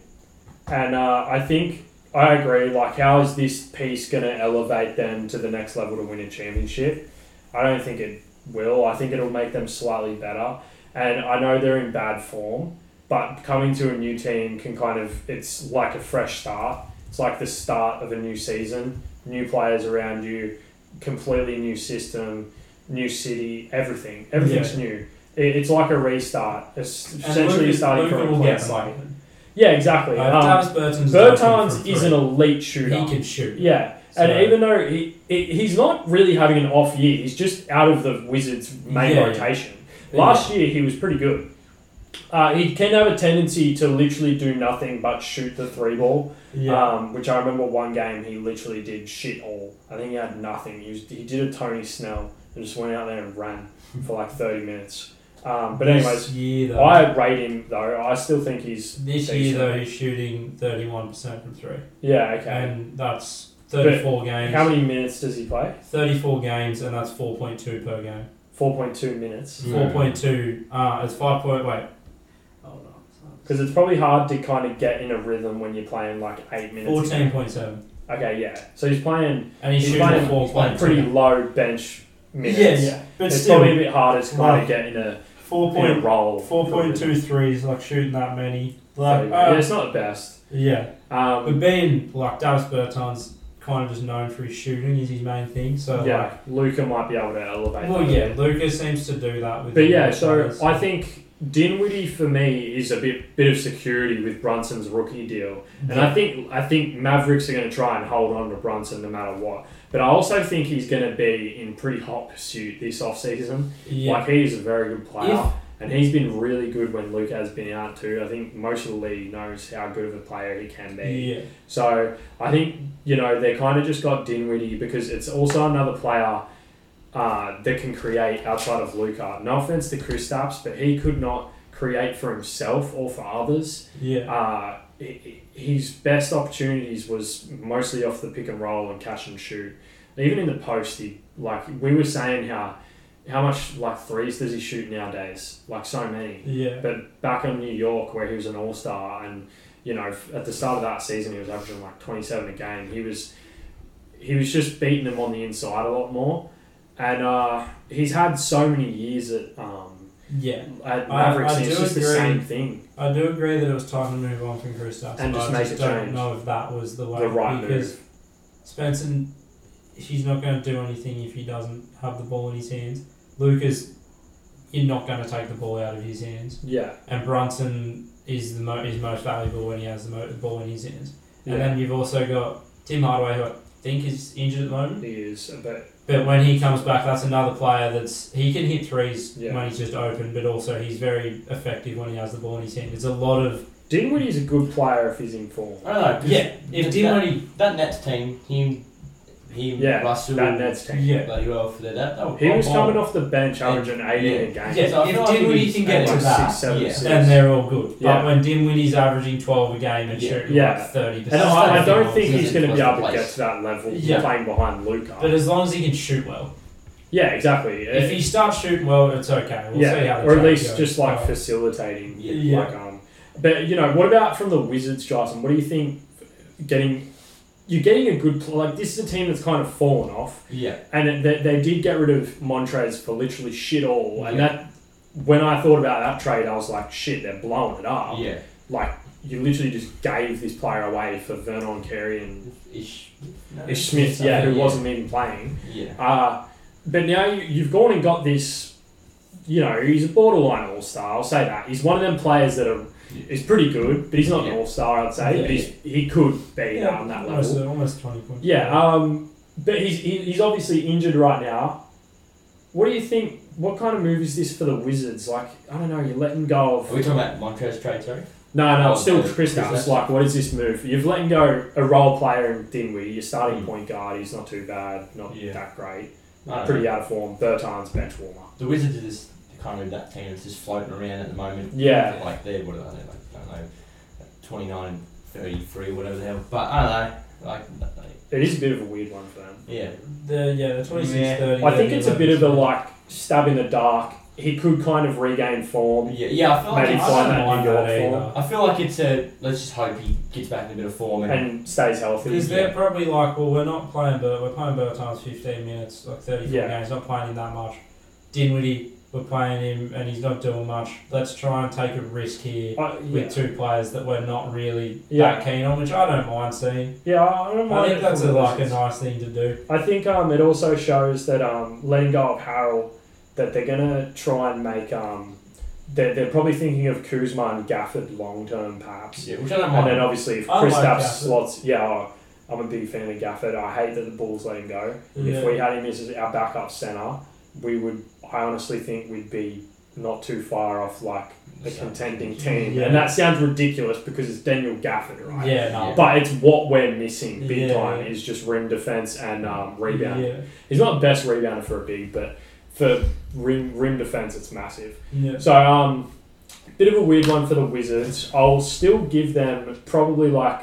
[SPEAKER 2] and uh, I think I agree. Like, how is this piece going to elevate them to the next level to win a championship? I don't think it will. I think it'll make them slightly better, and I know they're in bad form, but coming to a new team can kind of it's like a fresh start. It's like the start of a new season, new players around you, completely new system new city, everything. Everything's new. It, it's like a restart. It's essentially
[SPEAKER 1] Luka-
[SPEAKER 2] starting
[SPEAKER 1] Luka
[SPEAKER 2] from
[SPEAKER 1] will
[SPEAKER 2] a
[SPEAKER 1] get
[SPEAKER 2] place.
[SPEAKER 1] played.
[SPEAKER 2] Yeah, exactly.
[SPEAKER 1] Uh,
[SPEAKER 2] um,
[SPEAKER 1] Davis Bertans.
[SPEAKER 2] Bertans is an
[SPEAKER 1] an
[SPEAKER 2] elite
[SPEAKER 1] he
[SPEAKER 2] shooter.
[SPEAKER 1] can shoot.
[SPEAKER 2] Yeah, And
[SPEAKER 1] So-
[SPEAKER 2] even though he, he he's not really having an off year, he's just out of the Wizards' main
[SPEAKER 1] Yeah.
[SPEAKER 2] rotation. Last year he was pretty good. Uh, he can have a tendency to literally do nothing but shoot the three ball,
[SPEAKER 1] yeah,
[SPEAKER 2] um, which I remember one game he literally did shit all. I think he had nothing. He, was, he did a Tony Snell and just went out there and ran for like 30 minutes. Um, but anyways,
[SPEAKER 1] this year though,
[SPEAKER 2] I rate him though. I still think he's
[SPEAKER 1] this
[SPEAKER 2] decent.
[SPEAKER 1] year though he's shooting thirty one percent from three,
[SPEAKER 2] yeah okay.
[SPEAKER 1] and that's thirty four games.
[SPEAKER 2] How many minutes does he play?
[SPEAKER 1] 34 games and that's 4.2 per game.
[SPEAKER 2] 4.2 minutes.
[SPEAKER 3] Mm.
[SPEAKER 1] 4.2, uh, it's 5 point, wait. Hold on.
[SPEAKER 2] Because it's probably hard to kind of get in a rhythm when you're playing like eight minutes. a game.
[SPEAKER 1] 14.7.
[SPEAKER 2] Okay, yeah. So he's playing
[SPEAKER 1] And he's,
[SPEAKER 2] He's
[SPEAKER 1] shooting
[SPEAKER 2] playing-
[SPEAKER 1] four
[SPEAKER 3] he's playing
[SPEAKER 1] points.
[SPEAKER 2] pretty low bench minutes.
[SPEAKER 1] Yeah, yeah. But
[SPEAKER 2] It's
[SPEAKER 1] still,
[SPEAKER 2] probably a bit harder to kind of get in a,
[SPEAKER 1] four
[SPEAKER 2] in a
[SPEAKER 1] point
[SPEAKER 2] role.
[SPEAKER 1] four point two threes, like shooting that many. Like,
[SPEAKER 2] yeah,
[SPEAKER 1] uh,
[SPEAKER 2] it's not the best.
[SPEAKER 1] yeah. But
[SPEAKER 2] Um,
[SPEAKER 1] being, like, Davis Berton's kind of just known for his shooting, is his main thing. So, like,
[SPEAKER 2] yeah, Luca might be able to elevate.
[SPEAKER 1] well,
[SPEAKER 2] that a
[SPEAKER 1] yeah,
[SPEAKER 2] bit.
[SPEAKER 1] Lucas seems to do that with
[SPEAKER 2] But
[SPEAKER 1] the
[SPEAKER 2] yeah,
[SPEAKER 1] other
[SPEAKER 2] so
[SPEAKER 1] players.
[SPEAKER 2] I think Dinwiddie for me is a bit bit of security with Brunson's rookie deal. And I think I think Mavericks are going to try and hold on to Brunson no matter what. But I also think he's going to be in pretty hot pursuit this offseason.
[SPEAKER 1] yeah.
[SPEAKER 2] Like he is a very good player,
[SPEAKER 1] If-
[SPEAKER 2] and he's been really good when Luke has been out too. I think most of the league knows how good of a player he can be.
[SPEAKER 1] yeah.
[SPEAKER 2] So I think you know they kind of just got Dinwiddie because it's also another player. Uh, that can create outside of Luca. No offense to Kristaps, but he could not create for himself or for others
[SPEAKER 1] Yeah.
[SPEAKER 2] uh, h- his best opportunities was mostly off the pick and roll and catch and shoot. Even in the post, he like we were saying how how much like threes does he shoot nowadays? Like so many.
[SPEAKER 1] Yeah.
[SPEAKER 2] But back in New York, where he was an all star, and you know f- at the start of that season, he was averaging like twenty seven a game. He was he was just beating them on the inside a lot more, and uh, he's had so many years at um,
[SPEAKER 1] Yeah. I-
[SPEAKER 2] at
[SPEAKER 1] I
[SPEAKER 2] Mavericks. and it's
[SPEAKER 1] do
[SPEAKER 2] just the
[SPEAKER 1] agree.
[SPEAKER 2] same thing.
[SPEAKER 1] I do agree that it was time to move on from Kristaps,
[SPEAKER 2] And
[SPEAKER 1] but
[SPEAKER 2] just
[SPEAKER 1] I
[SPEAKER 2] make
[SPEAKER 1] just
[SPEAKER 2] a
[SPEAKER 1] don't
[SPEAKER 2] change.
[SPEAKER 1] know if that was the way.
[SPEAKER 2] The right
[SPEAKER 1] because
[SPEAKER 2] move.
[SPEAKER 1] Spencer, he's not going to do anything if he doesn't have the ball in his hands. Lucas, you're not going to take the ball out of his hands,
[SPEAKER 2] Yeah.
[SPEAKER 1] and Brunson is the mo- is most valuable when he has the, mo- the ball in his hands.
[SPEAKER 2] Yeah.
[SPEAKER 1] And then you've also got Tim Hardaway, who I think is injured at the moment.
[SPEAKER 2] He is, but
[SPEAKER 1] But when he comes back, that's another player that's he can hit threes
[SPEAKER 2] Yeah.
[SPEAKER 1] when he's just open, but also he's very effective when he has the ball in his hand. It's a lot of
[SPEAKER 2] Dinwiddie's a good player if he's in form.
[SPEAKER 3] I don't know. 'cause
[SPEAKER 1] yeah. If
[SPEAKER 3] that-
[SPEAKER 1] Dinwiddie
[SPEAKER 3] that Nets team, him, him,
[SPEAKER 2] Yeah,
[SPEAKER 3] Russell,
[SPEAKER 2] That Nets team.
[SPEAKER 1] Yeah.
[SPEAKER 3] bloody well for that. that, that
[SPEAKER 2] He was
[SPEAKER 3] oh,
[SPEAKER 2] coming off the bench averaging 18 a game.
[SPEAKER 1] Yeah,
[SPEAKER 3] So I
[SPEAKER 1] if
[SPEAKER 3] feel like
[SPEAKER 1] Dinwiddie
[SPEAKER 3] he's
[SPEAKER 1] can get
[SPEAKER 3] like
[SPEAKER 1] to that,
[SPEAKER 2] six, seven,
[SPEAKER 3] yeah.
[SPEAKER 2] six.
[SPEAKER 1] then they're all good.
[SPEAKER 2] Yeah.
[SPEAKER 1] But when Dinwiddie's averaging 12 a game and
[SPEAKER 3] Yeah.
[SPEAKER 1] shooting
[SPEAKER 2] Yeah.
[SPEAKER 1] like 30%.
[SPEAKER 2] And I, I don't
[SPEAKER 1] that's
[SPEAKER 2] think
[SPEAKER 1] the
[SPEAKER 2] he's going to be
[SPEAKER 3] Wasn't
[SPEAKER 2] able to get
[SPEAKER 3] placed.
[SPEAKER 2] to that level
[SPEAKER 1] Yeah.
[SPEAKER 2] playing behind
[SPEAKER 1] But
[SPEAKER 2] Luca.
[SPEAKER 1] as long as he can shoot well.
[SPEAKER 2] Yeah, exactly. Uh,
[SPEAKER 1] If he starts shooting well, it's okay. We'll see how
[SPEAKER 2] yeah,
[SPEAKER 1] the
[SPEAKER 2] or at
[SPEAKER 1] trade
[SPEAKER 2] least
[SPEAKER 1] goes.
[SPEAKER 2] just like
[SPEAKER 1] But
[SPEAKER 2] facilitating.
[SPEAKER 1] Yeah.
[SPEAKER 2] Like, um, but you know, what about from the Wizards, Jason? What do you think? Getting you're getting a good pl- like this is a team that's kind of fallen off.
[SPEAKER 3] Yeah,
[SPEAKER 2] And it, they, they did get rid of Montrez for literally shit all. And
[SPEAKER 3] Yeah.
[SPEAKER 2] that, when I thought about that trade, I was like, shit, they're blowing it up.
[SPEAKER 3] yeah.
[SPEAKER 2] Like, you literally just gave this player away for Vernon Carey and
[SPEAKER 3] Ish, no,
[SPEAKER 2] Ish Smith, yeah, who
[SPEAKER 3] yeah.
[SPEAKER 2] wasn't even playing.
[SPEAKER 3] Yeah,
[SPEAKER 2] Uh, but now you, you've gone and got this, you know, he's a borderline all star. I'll say that. He's one of them players that are. He's pretty good, but he's not
[SPEAKER 3] Yeah.
[SPEAKER 2] an all star, I'd say.
[SPEAKER 3] Yeah,
[SPEAKER 2] but he's, he could be
[SPEAKER 1] yeah,
[SPEAKER 2] on that level.
[SPEAKER 1] almost, almost 20 points.
[SPEAKER 2] Yeah, um, but he's he, he's obviously injured right now. What do you think? What kind of move is this for the Wizards? Like, I don't know, you're letting go
[SPEAKER 3] are
[SPEAKER 2] of.
[SPEAKER 3] we talking about Montrez trade? Sorry.
[SPEAKER 2] No, no,
[SPEAKER 3] Oh,
[SPEAKER 2] it's still
[SPEAKER 3] okay.
[SPEAKER 2] Kristaps.
[SPEAKER 3] Kristaps.
[SPEAKER 2] Like, what is this move? You've letting go a role player in Dinwiddie, your starting point guard. He's not too bad, not
[SPEAKER 3] Yeah.
[SPEAKER 2] that great,
[SPEAKER 3] No,
[SPEAKER 2] pretty out of form. Bertans bench warmer.
[SPEAKER 3] The Wizards are just kind of that team that's just floating around at the moment.
[SPEAKER 2] Yeah.
[SPEAKER 3] Like they're what are they? Like I don't know, twenty nine, thirty three, whatever the hell. But I don't know. Like
[SPEAKER 2] It is a bit of a weird one for them.
[SPEAKER 3] yeah,
[SPEAKER 1] The, yeah, the 26
[SPEAKER 3] Yeah.
[SPEAKER 1] 30.
[SPEAKER 2] I think it's a bit of a like stab in the dark. He could kind of regain form.
[SPEAKER 3] yeah, yeah. I feel like
[SPEAKER 1] I
[SPEAKER 2] Maybe
[SPEAKER 3] it's-
[SPEAKER 2] find
[SPEAKER 1] don't
[SPEAKER 2] that
[SPEAKER 1] mind
[SPEAKER 2] New York
[SPEAKER 1] that
[SPEAKER 2] form.
[SPEAKER 1] either.
[SPEAKER 3] I feel like it's a let's just hope he gets back in a bit of form and,
[SPEAKER 2] And stays healthy. Uh,
[SPEAKER 1] Because they're probably like, well, we're not playing Bert, we're playing Bert times 15 minutes, like 34
[SPEAKER 2] Yeah.
[SPEAKER 1] games, not playing him that much. Dinwiddie, we're playing him and he's not doing much. Let's try and take a risk here
[SPEAKER 2] I- yeah.
[SPEAKER 1] with two players that we're not really
[SPEAKER 2] Yeah.
[SPEAKER 1] that keen on, which I don't mind seeing.
[SPEAKER 2] yeah, I don't
[SPEAKER 1] I
[SPEAKER 2] mind
[SPEAKER 1] think
[SPEAKER 2] it
[SPEAKER 1] that's
[SPEAKER 2] from
[SPEAKER 1] a,
[SPEAKER 2] the
[SPEAKER 1] like a
[SPEAKER 2] Wizards.
[SPEAKER 1] nice thing to do.
[SPEAKER 2] I think um, it also shows that um, letting go of Harrell, that they're going to try and make. Um, they're, they're probably thinking of Kuzma and Gafford long term, perhaps.
[SPEAKER 3] yeah, which I don't
[SPEAKER 2] And
[SPEAKER 3] mind.
[SPEAKER 2] then obviously if
[SPEAKER 1] I like
[SPEAKER 2] Kristaps
[SPEAKER 1] Gafford.
[SPEAKER 2] slots, yeah, oh, I'm a big fan of Gafford. I hate that the Bulls let him go. If
[SPEAKER 1] Yeah.
[SPEAKER 2] we had him as our backup centre, we would. I honestly think we'd be not too far off like a contending team.
[SPEAKER 1] Yeah.
[SPEAKER 2] And that sounds ridiculous because it's Daniel Gafford, right?
[SPEAKER 1] Yeah, no.
[SPEAKER 2] But it's what we're missing big
[SPEAKER 1] Yeah.
[SPEAKER 2] time is just rim defense and um, rebound.
[SPEAKER 1] Yeah.
[SPEAKER 2] He's not the best rebounder for a big, but for rim rim defense, it's massive.
[SPEAKER 1] Yeah.
[SPEAKER 2] So, um, bit of a weird one for the Wizards. I'll still give them probably like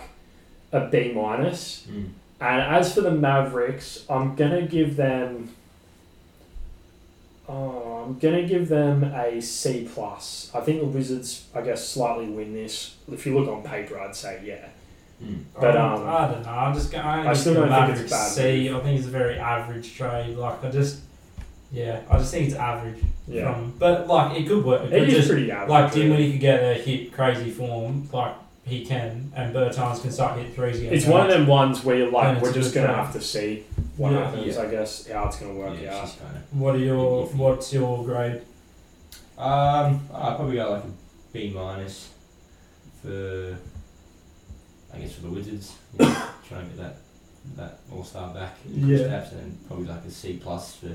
[SPEAKER 2] a B minus.
[SPEAKER 3] Mm.
[SPEAKER 2] And as for the Mavericks, I'm gonna give them. Oh, I'm gonna give them a C plus. I think the Wizards, I guess, slightly win this. If you look on paper, I'd say yeah. But,
[SPEAKER 1] I don't-
[SPEAKER 2] um,
[SPEAKER 1] I don't know. I'm just going. I,
[SPEAKER 2] I still don't think it's a bad
[SPEAKER 1] See, I think it's a very average trade. Like I just, yeah, I just think it's average.
[SPEAKER 2] Yeah,
[SPEAKER 1] From, but like it could work. It,
[SPEAKER 2] it
[SPEAKER 1] could
[SPEAKER 2] is
[SPEAKER 1] just
[SPEAKER 2] pretty average.
[SPEAKER 1] like
[SPEAKER 2] really.
[SPEAKER 1] Dinwiddie could get a hit crazy form, like he can, and Bertans can start hit threes again.
[SPEAKER 2] It's one of them ones where you're
[SPEAKER 1] And
[SPEAKER 2] like,
[SPEAKER 1] it's
[SPEAKER 2] we're
[SPEAKER 1] a
[SPEAKER 2] just
[SPEAKER 1] good
[SPEAKER 2] gonna
[SPEAKER 1] trade.
[SPEAKER 2] have to see what
[SPEAKER 1] Yeah.
[SPEAKER 2] happens.
[SPEAKER 3] Yeah.
[SPEAKER 2] I guess how it's gonna work
[SPEAKER 3] mm, yeah,
[SPEAKER 2] out.
[SPEAKER 3] she's kinda-
[SPEAKER 1] What are your What's your grade?
[SPEAKER 3] Um, I probably go like a B minus for, I guess for the Wizards. You know, trying to get that that All Star back.
[SPEAKER 1] Yeah.
[SPEAKER 3] Steps and probably like a C plus for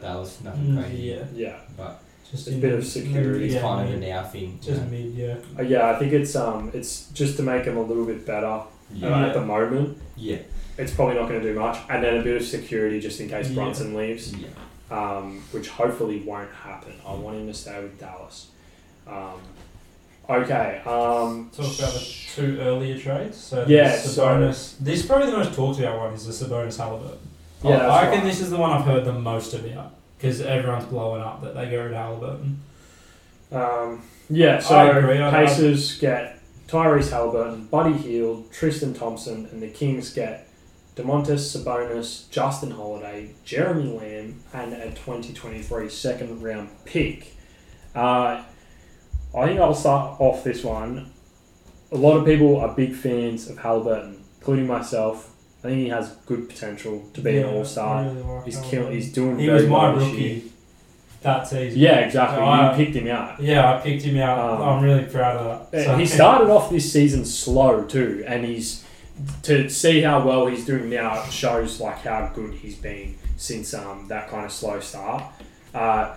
[SPEAKER 3] Dallas. Nothing
[SPEAKER 1] Mm,
[SPEAKER 3] crazy.
[SPEAKER 1] yeah,
[SPEAKER 2] Yeah,
[SPEAKER 3] But
[SPEAKER 1] just
[SPEAKER 2] A
[SPEAKER 1] in- Mm,
[SPEAKER 2] bit of security.
[SPEAKER 3] it's
[SPEAKER 1] yeah,
[SPEAKER 3] kind of
[SPEAKER 1] mid.
[SPEAKER 3] a now thing. you
[SPEAKER 1] Just
[SPEAKER 3] know.
[SPEAKER 1] mid, yeah.
[SPEAKER 2] Uh, yeah. I think it's um, it's just to make them a little bit better.
[SPEAKER 3] yeah.
[SPEAKER 2] Uh,
[SPEAKER 1] Yeah.
[SPEAKER 2] at the moment,
[SPEAKER 3] Yeah.
[SPEAKER 2] it's probably not gonna do much. And then a bit of security just in case
[SPEAKER 1] Yeah.
[SPEAKER 2] Brunson leaves,
[SPEAKER 3] Yeah.
[SPEAKER 2] um, which hopefully won't happen. I want him to stay with Dallas. Um, okay. Um,
[SPEAKER 1] Talk about the two earlier trades. So
[SPEAKER 2] Yeah,
[SPEAKER 1] the
[SPEAKER 2] so-
[SPEAKER 1] Sabonis. This is probably the most talked about one is the Sabonis Halliburton.
[SPEAKER 2] Yeah, that's
[SPEAKER 1] I reckon
[SPEAKER 2] right.
[SPEAKER 1] this is the one I've heard the most about because everyone's blowing up that they get rid of Halliburton.
[SPEAKER 2] Um, yeah, so
[SPEAKER 1] I agree, I-
[SPEAKER 2] Pacers get Tyrese Halliburton, Buddy Heald, Tristan Thompson, and the Kings get DeMontis Sabonis, Justin Holiday, Jeremy Lamb, and a 2023 second round pick. Uh, I think I'll start off this one. A lot of people are big fans of Halliburton, including myself. I think he has good potential to be
[SPEAKER 1] Yeah,
[SPEAKER 2] an all
[SPEAKER 1] I
[SPEAKER 2] star.
[SPEAKER 1] really like
[SPEAKER 2] He's
[SPEAKER 1] Halliburton.
[SPEAKER 2] killing. He's doing
[SPEAKER 1] He
[SPEAKER 2] very
[SPEAKER 1] was my
[SPEAKER 2] well this year.
[SPEAKER 1] rookie that season.
[SPEAKER 2] Yeah, exactly.
[SPEAKER 1] So I-
[SPEAKER 2] you picked him out.
[SPEAKER 1] Yeah, I picked him out.
[SPEAKER 2] Um,
[SPEAKER 1] I'm really proud of that.
[SPEAKER 2] Uh, he started off this season slow too, and he's to see how well he's doing now shows like how good he's been since um, that kind of slow start. Uh,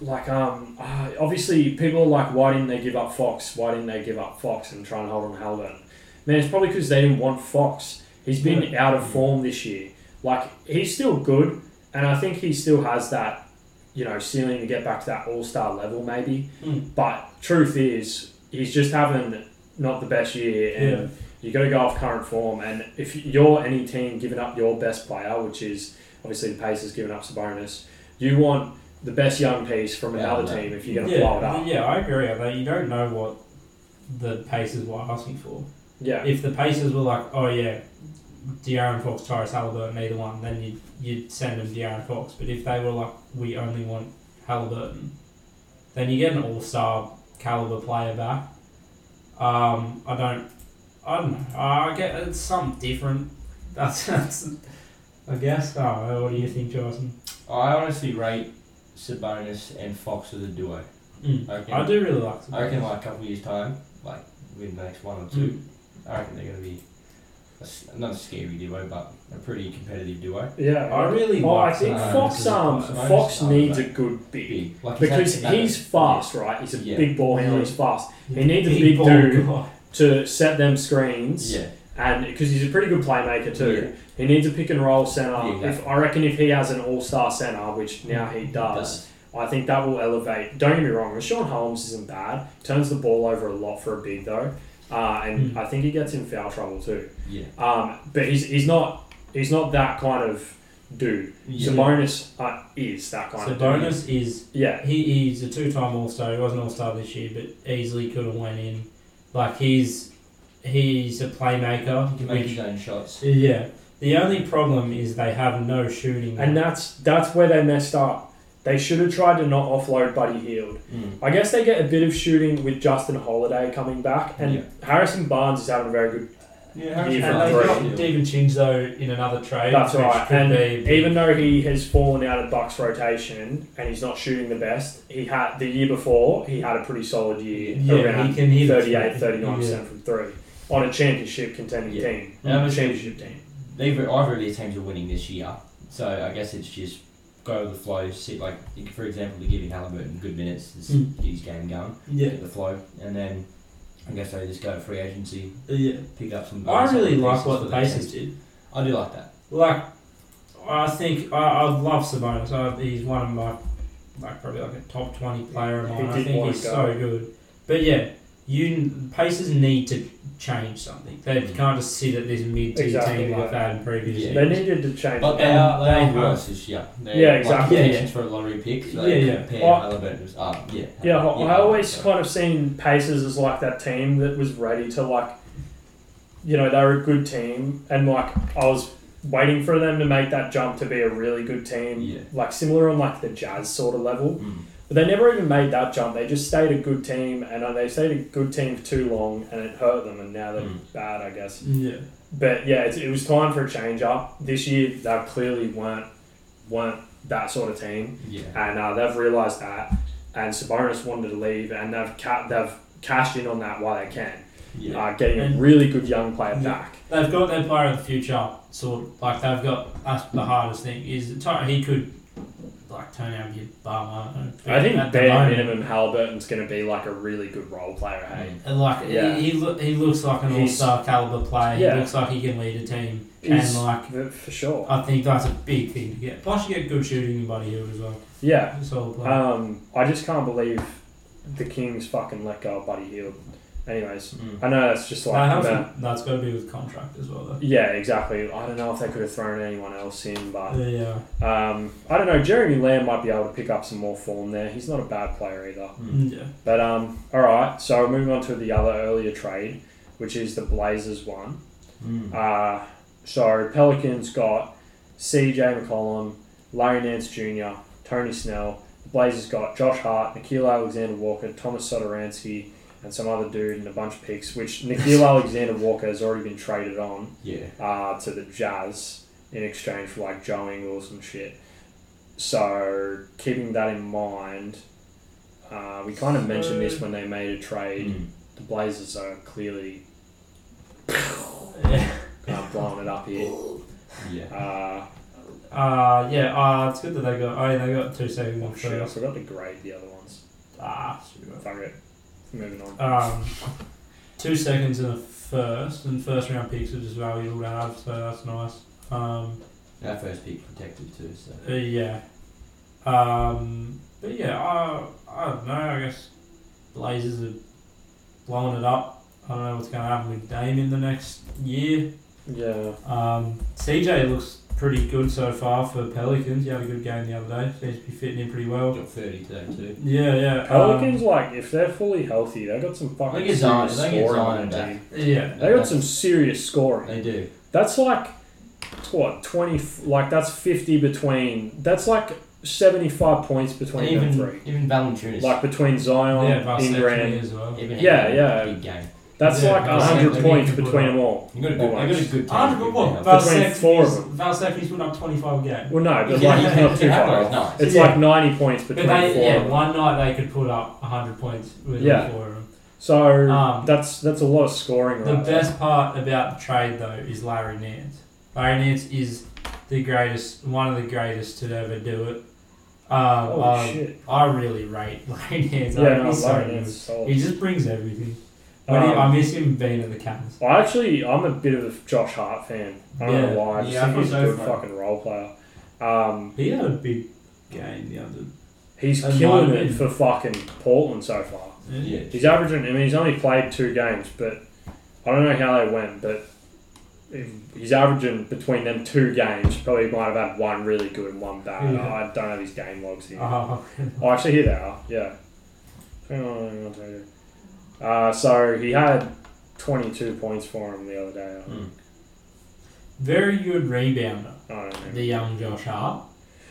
[SPEAKER 2] like um, uh, obviously people are like, why didn't they give up Fox? Why didn't they give up Fox and try and hold on to Halliburton? Man, it's probably because they didn't want Fox. He's been out of form this year. Like he's still good, and I think he still has that, you know, ceiling to get back to that All Star level maybe.
[SPEAKER 1] Hmm.
[SPEAKER 2] But truth is, he's just having not the best year, and
[SPEAKER 1] Yeah.
[SPEAKER 2] you got to go off current form. And if you're any team giving up your best player, which is obviously the Pacers giving up Sabonis, you want the best young piece from
[SPEAKER 3] Yeah,
[SPEAKER 2] another
[SPEAKER 3] yeah.
[SPEAKER 2] team if you're going to
[SPEAKER 1] yeah,
[SPEAKER 2] blow it up.
[SPEAKER 1] yeah, I agree with that. You don't know what the Pacers were asking for.
[SPEAKER 2] Yeah,
[SPEAKER 1] If the Pacers were like, oh yeah, De'Aaron Fox, Tyrese Halliburton, either one, then you'd, you'd send them De'Aaron Fox. But if they were like, we only want Halliburton, then you get an all star caliber player back. Um, I don't, I don't know. I get it's something different. That's, that's I guess. Oh, what do you think, Jason?
[SPEAKER 3] I honestly rate Sabonis and Fox as a duo.
[SPEAKER 1] Mm.
[SPEAKER 3] I reckon,
[SPEAKER 1] I do really like.
[SPEAKER 3] Hmm. I reckon like a couple years time, like within the next one or two,
[SPEAKER 1] Mm.
[SPEAKER 3] I reckon they're gonna be a s not a scary duo, but a pretty competitive duo.
[SPEAKER 2] yeah.
[SPEAKER 1] I really
[SPEAKER 2] Oh, I
[SPEAKER 1] like.
[SPEAKER 2] think
[SPEAKER 3] Sabonis.
[SPEAKER 2] Fox. Um,
[SPEAKER 3] Sabonis,
[SPEAKER 2] Fox
[SPEAKER 3] I
[SPEAKER 2] needs a
[SPEAKER 3] like-
[SPEAKER 2] good big.
[SPEAKER 3] Big, like
[SPEAKER 2] Because
[SPEAKER 3] that- that-
[SPEAKER 2] he's fast, right? He's a
[SPEAKER 3] Yeah.
[SPEAKER 2] big ball handler.
[SPEAKER 1] Yeah.
[SPEAKER 2] He's fast He needs a
[SPEAKER 1] Big
[SPEAKER 2] big
[SPEAKER 1] ball
[SPEAKER 2] dude.
[SPEAKER 1] guy.
[SPEAKER 2] to set them screens.
[SPEAKER 3] Yeah,
[SPEAKER 2] and because he's a pretty good playmaker too, he needs a pick and roll center.
[SPEAKER 3] Yeah, exactly.
[SPEAKER 2] If I reckon if he has an all star center, which now he does,
[SPEAKER 3] does.
[SPEAKER 2] I think that will elevate. Don't get me wrong, Rashawn Holmes isn't bad. Turns the ball over a lot for a big though, uh, and
[SPEAKER 1] Mm.
[SPEAKER 2] I think he gets in foul trouble too.
[SPEAKER 3] Yeah,
[SPEAKER 2] Um, but he's, he's not he's not that kind of dude.
[SPEAKER 3] Yeah.
[SPEAKER 2] Sabonis uh, is that kind
[SPEAKER 1] So
[SPEAKER 2] of
[SPEAKER 1] bonus is
[SPEAKER 2] dude. Yeah,
[SPEAKER 1] He, he's a two-time All-Star. He was an All-Star this year, but easily could have went in. Like he's he's a playmaker.
[SPEAKER 3] he can make his own shots.
[SPEAKER 1] yeah. The only problem is they have no shooting.
[SPEAKER 2] and that's that's where they messed up. They should have tried to not offload Buddy Heald.
[SPEAKER 3] Mm.
[SPEAKER 2] I guess they get a bit of shooting with Justin Holiday coming back, and
[SPEAKER 3] Yeah.
[SPEAKER 2] Harrison Barnes is having a very good.
[SPEAKER 3] Yeah,
[SPEAKER 2] Harrison
[SPEAKER 1] and
[SPEAKER 2] Barnes
[SPEAKER 1] they
[SPEAKER 2] Right.
[SPEAKER 1] got Devin Chinzo in another trade.
[SPEAKER 2] That's
[SPEAKER 1] which
[SPEAKER 2] right.
[SPEAKER 1] could
[SPEAKER 2] And
[SPEAKER 1] be-
[SPEAKER 2] even though he has fallen out of Bucks rotation and he's not shooting the best, he had the year before he had a pretty solid year
[SPEAKER 1] Yeah,
[SPEAKER 2] around
[SPEAKER 1] he can hit it.
[SPEAKER 2] 38, 39
[SPEAKER 1] Yeah.
[SPEAKER 2] percent from three. on a championship contending
[SPEAKER 3] Yeah.
[SPEAKER 2] team.
[SPEAKER 3] Yeah,
[SPEAKER 2] a
[SPEAKER 3] but-
[SPEAKER 2] championship team.
[SPEAKER 3] They've, either of these teams are winning this year, so I guess it's just go with the flow. See, like for example, they're giving Halliburton good minutes, this
[SPEAKER 1] Mm.
[SPEAKER 3] get his game going,
[SPEAKER 1] Yeah,
[SPEAKER 3] get the flow, and then I guess they just go to free agency,
[SPEAKER 1] yeah.
[SPEAKER 3] pick up some.
[SPEAKER 1] I
[SPEAKER 3] guys,
[SPEAKER 1] really
[SPEAKER 3] some
[SPEAKER 1] like
[SPEAKER 3] pieces
[SPEAKER 1] what
[SPEAKER 3] for
[SPEAKER 1] the
[SPEAKER 3] their
[SPEAKER 1] Pacers
[SPEAKER 3] team.
[SPEAKER 1] did.
[SPEAKER 3] I do like that.
[SPEAKER 1] Like, I think I, I love Sabonis. I, he's one of my, like, probably like a top 20 player of
[SPEAKER 2] He
[SPEAKER 1] mine. I
[SPEAKER 2] did
[SPEAKER 1] think
[SPEAKER 2] want
[SPEAKER 1] he's
[SPEAKER 2] to
[SPEAKER 1] so good. But yeah, you Pacers need to change something. They can't just sit at this mid tier
[SPEAKER 2] Exactly,
[SPEAKER 1] team like
[SPEAKER 2] yeah.
[SPEAKER 1] that in previous
[SPEAKER 3] Yeah.
[SPEAKER 2] Mm. They
[SPEAKER 1] years.
[SPEAKER 2] needed to change. that.
[SPEAKER 3] But they are they
[SPEAKER 1] they
[SPEAKER 3] are
[SPEAKER 1] are.
[SPEAKER 3] worse this year. They're,
[SPEAKER 2] Yeah,
[SPEAKER 3] like,
[SPEAKER 2] exactly.
[SPEAKER 3] contentions for a lottery pick. So
[SPEAKER 1] Yeah, yeah.
[SPEAKER 3] Compare
[SPEAKER 2] Well,
[SPEAKER 3] Halliburton was up. Yeah.
[SPEAKER 2] Yeah, I- I always
[SPEAKER 3] so-
[SPEAKER 2] kind of seen Pacers as like that team that was ready to like, you know, they were a good team, and like I was waiting for them to make that jump to be a really good team,
[SPEAKER 3] Yeah.
[SPEAKER 2] like similar on like the Jazz sort of level.
[SPEAKER 3] Mm.
[SPEAKER 2] But they never even made that jump. They just stayed a good team, and uh, they stayed a good team for too long, and it hurt them, and now they're
[SPEAKER 3] Mm.
[SPEAKER 2] bad, I guess.
[SPEAKER 1] Yeah.
[SPEAKER 2] But yeah, it, it was time for a change up. This year, they clearly weren't weren't that sort of team
[SPEAKER 3] Yeah.
[SPEAKER 2] and uh, they've realised that. And Sabonis wanted to leave, and they've ca- they've cashed in on that while they can,
[SPEAKER 3] Yeah.
[SPEAKER 2] uh, getting a
[SPEAKER 1] And-
[SPEAKER 2] really good young player
[SPEAKER 1] Yeah.
[SPEAKER 2] back.
[SPEAKER 1] They've got their player of the future sort of, like they've got that's the hardest thing is Ty- he could like turn out and be a bum. I don't know.
[SPEAKER 2] I think
[SPEAKER 1] At the
[SPEAKER 2] bare
[SPEAKER 1] moment,
[SPEAKER 2] minimum, Halliburton's going to be like a really good role player. Hey,
[SPEAKER 1] and, like
[SPEAKER 2] Yeah.
[SPEAKER 1] he, he, loo- he looks like an all
[SPEAKER 2] He's-
[SPEAKER 1] star caliber player.
[SPEAKER 2] Yeah.
[SPEAKER 1] He looks like he can lead a team,
[SPEAKER 2] He's-
[SPEAKER 1] and like
[SPEAKER 2] for, for sure.
[SPEAKER 1] I think that's a big thing to get. Plus, you get good shooting in Buddy Hill as well.
[SPEAKER 2] yeah,
[SPEAKER 1] It's all play.
[SPEAKER 2] um, I just can't believe the Kings fucking let go of Buddy Hield. Anyways,
[SPEAKER 3] Mm.
[SPEAKER 2] I know that's just
[SPEAKER 1] That
[SPEAKER 2] like
[SPEAKER 1] has-
[SPEAKER 2] about-
[SPEAKER 1] that's got to be with contract as well, though.
[SPEAKER 2] yeah, exactly. I don't know if they could have thrown anyone else in, but
[SPEAKER 1] Yeah,
[SPEAKER 2] um, I don't know. Jeremy Lamb might be able to pick up some more form there. He's not a bad player either.
[SPEAKER 3] Mm.
[SPEAKER 1] yeah,
[SPEAKER 2] But um, all right. So moving on to the other earlier trade, which is the Blazers one.
[SPEAKER 3] Mm.
[SPEAKER 2] Uh, so Pelicans got C.J. McCollum, Larry Nance Jr., Tony Snell. The Blazers got Josh Hart, Nikhil Alexander Walker, Thomas Sodoransky, and some other dude, and a bunch of picks. Which Nikhil Alexander Walker has already been traded on
[SPEAKER 3] Yeah.
[SPEAKER 2] uh, to the Jazz in exchange for like Joe Ingles and shit. So keeping that in mind, uh, we kind of mentioned this when they made a trade.
[SPEAKER 3] Mm.
[SPEAKER 2] The Blazers are clearly
[SPEAKER 1] yeah.
[SPEAKER 2] kind of blowing it up here.
[SPEAKER 3] mm, Yeah.
[SPEAKER 2] Uh,
[SPEAKER 1] Uh, yeah. Uh, it's good that they got. Oh, yeah, they got two second
[SPEAKER 2] oh
[SPEAKER 1] one
[SPEAKER 2] shit, I
[SPEAKER 1] first.
[SPEAKER 2] forgot to grade the other ones.
[SPEAKER 1] Ah, screw it.
[SPEAKER 2] Fuck it. Moving on.
[SPEAKER 1] um, two seconds in the first, and first round picks are just valuable to have, so that's nice. Um,
[SPEAKER 3] That first pick protected too. So.
[SPEAKER 1] uh, yeah. Um, but yeah, I, I don't know. I guess Blazers are blowing it up. I don't know what's going to happen with Dame in the next year.
[SPEAKER 2] Yeah.
[SPEAKER 1] Um, CJ looks pretty good so far for Pelicans. He had a good game the other day. Seems to be fitting in pretty well.
[SPEAKER 3] Got thirty today too.
[SPEAKER 1] Yeah, yeah. um,
[SPEAKER 2] Pelicans, like, if they're fully healthy, they got some fucking
[SPEAKER 3] They get Zion-
[SPEAKER 2] serious
[SPEAKER 3] they get
[SPEAKER 2] scoring
[SPEAKER 3] Zion
[SPEAKER 2] on their
[SPEAKER 3] back.
[SPEAKER 2] team.
[SPEAKER 1] yeah.
[SPEAKER 2] They got some serious scoring.
[SPEAKER 3] They do.
[SPEAKER 2] That's like what twenty? Like that's fifty between. That's like seventy-five points between
[SPEAKER 3] And
[SPEAKER 2] them
[SPEAKER 3] even
[SPEAKER 2] three.
[SPEAKER 3] even Valanciunas.
[SPEAKER 2] Like between Zion,
[SPEAKER 1] Yeah, Vasilevsky
[SPEAKER 2] Ingram.
[SPEAKER 1] as well.
[SPEAKER 3] even
[SPEAKER 2] yeah,
[SPEAKER 3] he
[SPEAKER 2] yeah.
[SPEAKER 3] had a Big game.
[SPEAKER 2] That's
[SPEAKER 1] Yeah,
[SPEAKER 2] like
[SPEAKER 1] Vasilevsky,
[SPEAKER 2] hundred
[SPEAKER 3] they
[SPEAKER 2] points
[SPEAKER 1] can put
[SPEAKER 2] between
[SPEAKER 1] up.
[SPEAKER 2] them all.
[SPEAKER 3] You got a good. You got a good team.
[SPEAKER 1] I don't know what.
[SPEAKER 3] Yeah.
[SPEAKER 2] Between
[SPEAKER 1] Valsecki's-
[SPEAKER 2] four of them.
[SPEAKER 1] Valsecki's put up 25 games.
[SPEAKER 2] Well, no, but
[SPEAKER 3] Yeah,
[SPEAKER 2] like
[SPEAKER 3] you
[SPEAKER 2] it's
[SPEAKER 3] can-
[SPEAKER 2] not too
[SPEAKER 3] you can
[SPEAKER 2] far
[SPEAKER 3] have
[SPEAKER 2] off.
[SPEAKER 3] those, nice.
[SPEAKER 2] It's
[SPEAKER 1] Yeah.
[SPEAKER 2] like ninety points
[SPEAKER 1] But
[SPEAKER 2] between
[SPEAKER 1] they,
[SPEAKER 2] four.
[SPEAKER 1] yeah,
[SPEAKER 2] of them.
[SPEAKER 1] one night they could put up 100 points with
[SPEAKER 2] Yeah.
[SPEAKER 1] all four of them.
[SPEAKER 2] So
[SPEAKER 1] Um,
[SPEAKER 2] that's that's a lot of scoring.
[SPEAKER 1] The
[SPEAKER 2] right there.
[SPEAKER 1] best part about the trade, though, is Larry Nance. Larry Nance is the greatest, one of the greatest to ever do it. Um,
[SPEAKER 2] Oh
[SPEAKER 1] um,
[SPEAKER 2] shit!
[SPEAKER 1] I really rate Larry Nance. I
[SPEAKER 2] Yeah, no,
[SPEAKER 1] miss
[SPEAKER 2] Larry
[SPEAKER 1] him.
[SPEAKER 2] Nance is solid.
[SPEAKER 1] He just brings everything. When he,
[SPEAKER 2] Um,
[SPEAKER 1] I miss him being at the Cavs.
[SPEAKER 2] I actually, I'm a bit of a Josh Hart fan. I don't
[SPEAKER 1] Yeah.
[SPEAKER 2] know why. I just
[SPEAKER 1] Yeah, I
[SPEAKER 2] think he's a
[SPEAKER 1] thought so,
[SPEAKER 2] good
[SPEAKER 1] mate.
[SPEAKER 2] fucking role player. Um,
[SPEAKER 1] He had a big game the other.
[SPEAKER 2] He's
[SPEAKER 1] And
[SPEAKER 2] killing
[SPEAKER 1] Martin.
[SPEAKER 2] it for fucking Portland so far.
[SPEAKER 3] Yeah.
[SPEAKER 2] He's averaging. I mean, he's only played two games, but I don't know how they went. But if he's averaging between them two games. Probably might have had one really good and one bad.
[SPEAKER 1] Yeah.
[SPEAKER 2] I don't have his game logs here.
[SPEAKER 1] Oh,
[SPEAKER 2] Oh, actually, here they are. Yeah. Hang on, hang on, hang on. Uh, so he had 22 points for him the other day.
[SPEAKER 1] Hmm.
[SPEAKER 2] I
[SPEAKER 3] Mm.
[SPEAKER 1] very good rebounder,
[SPEAKER 2] I don't know.
[SPEAKER 1] the young Josh Hart.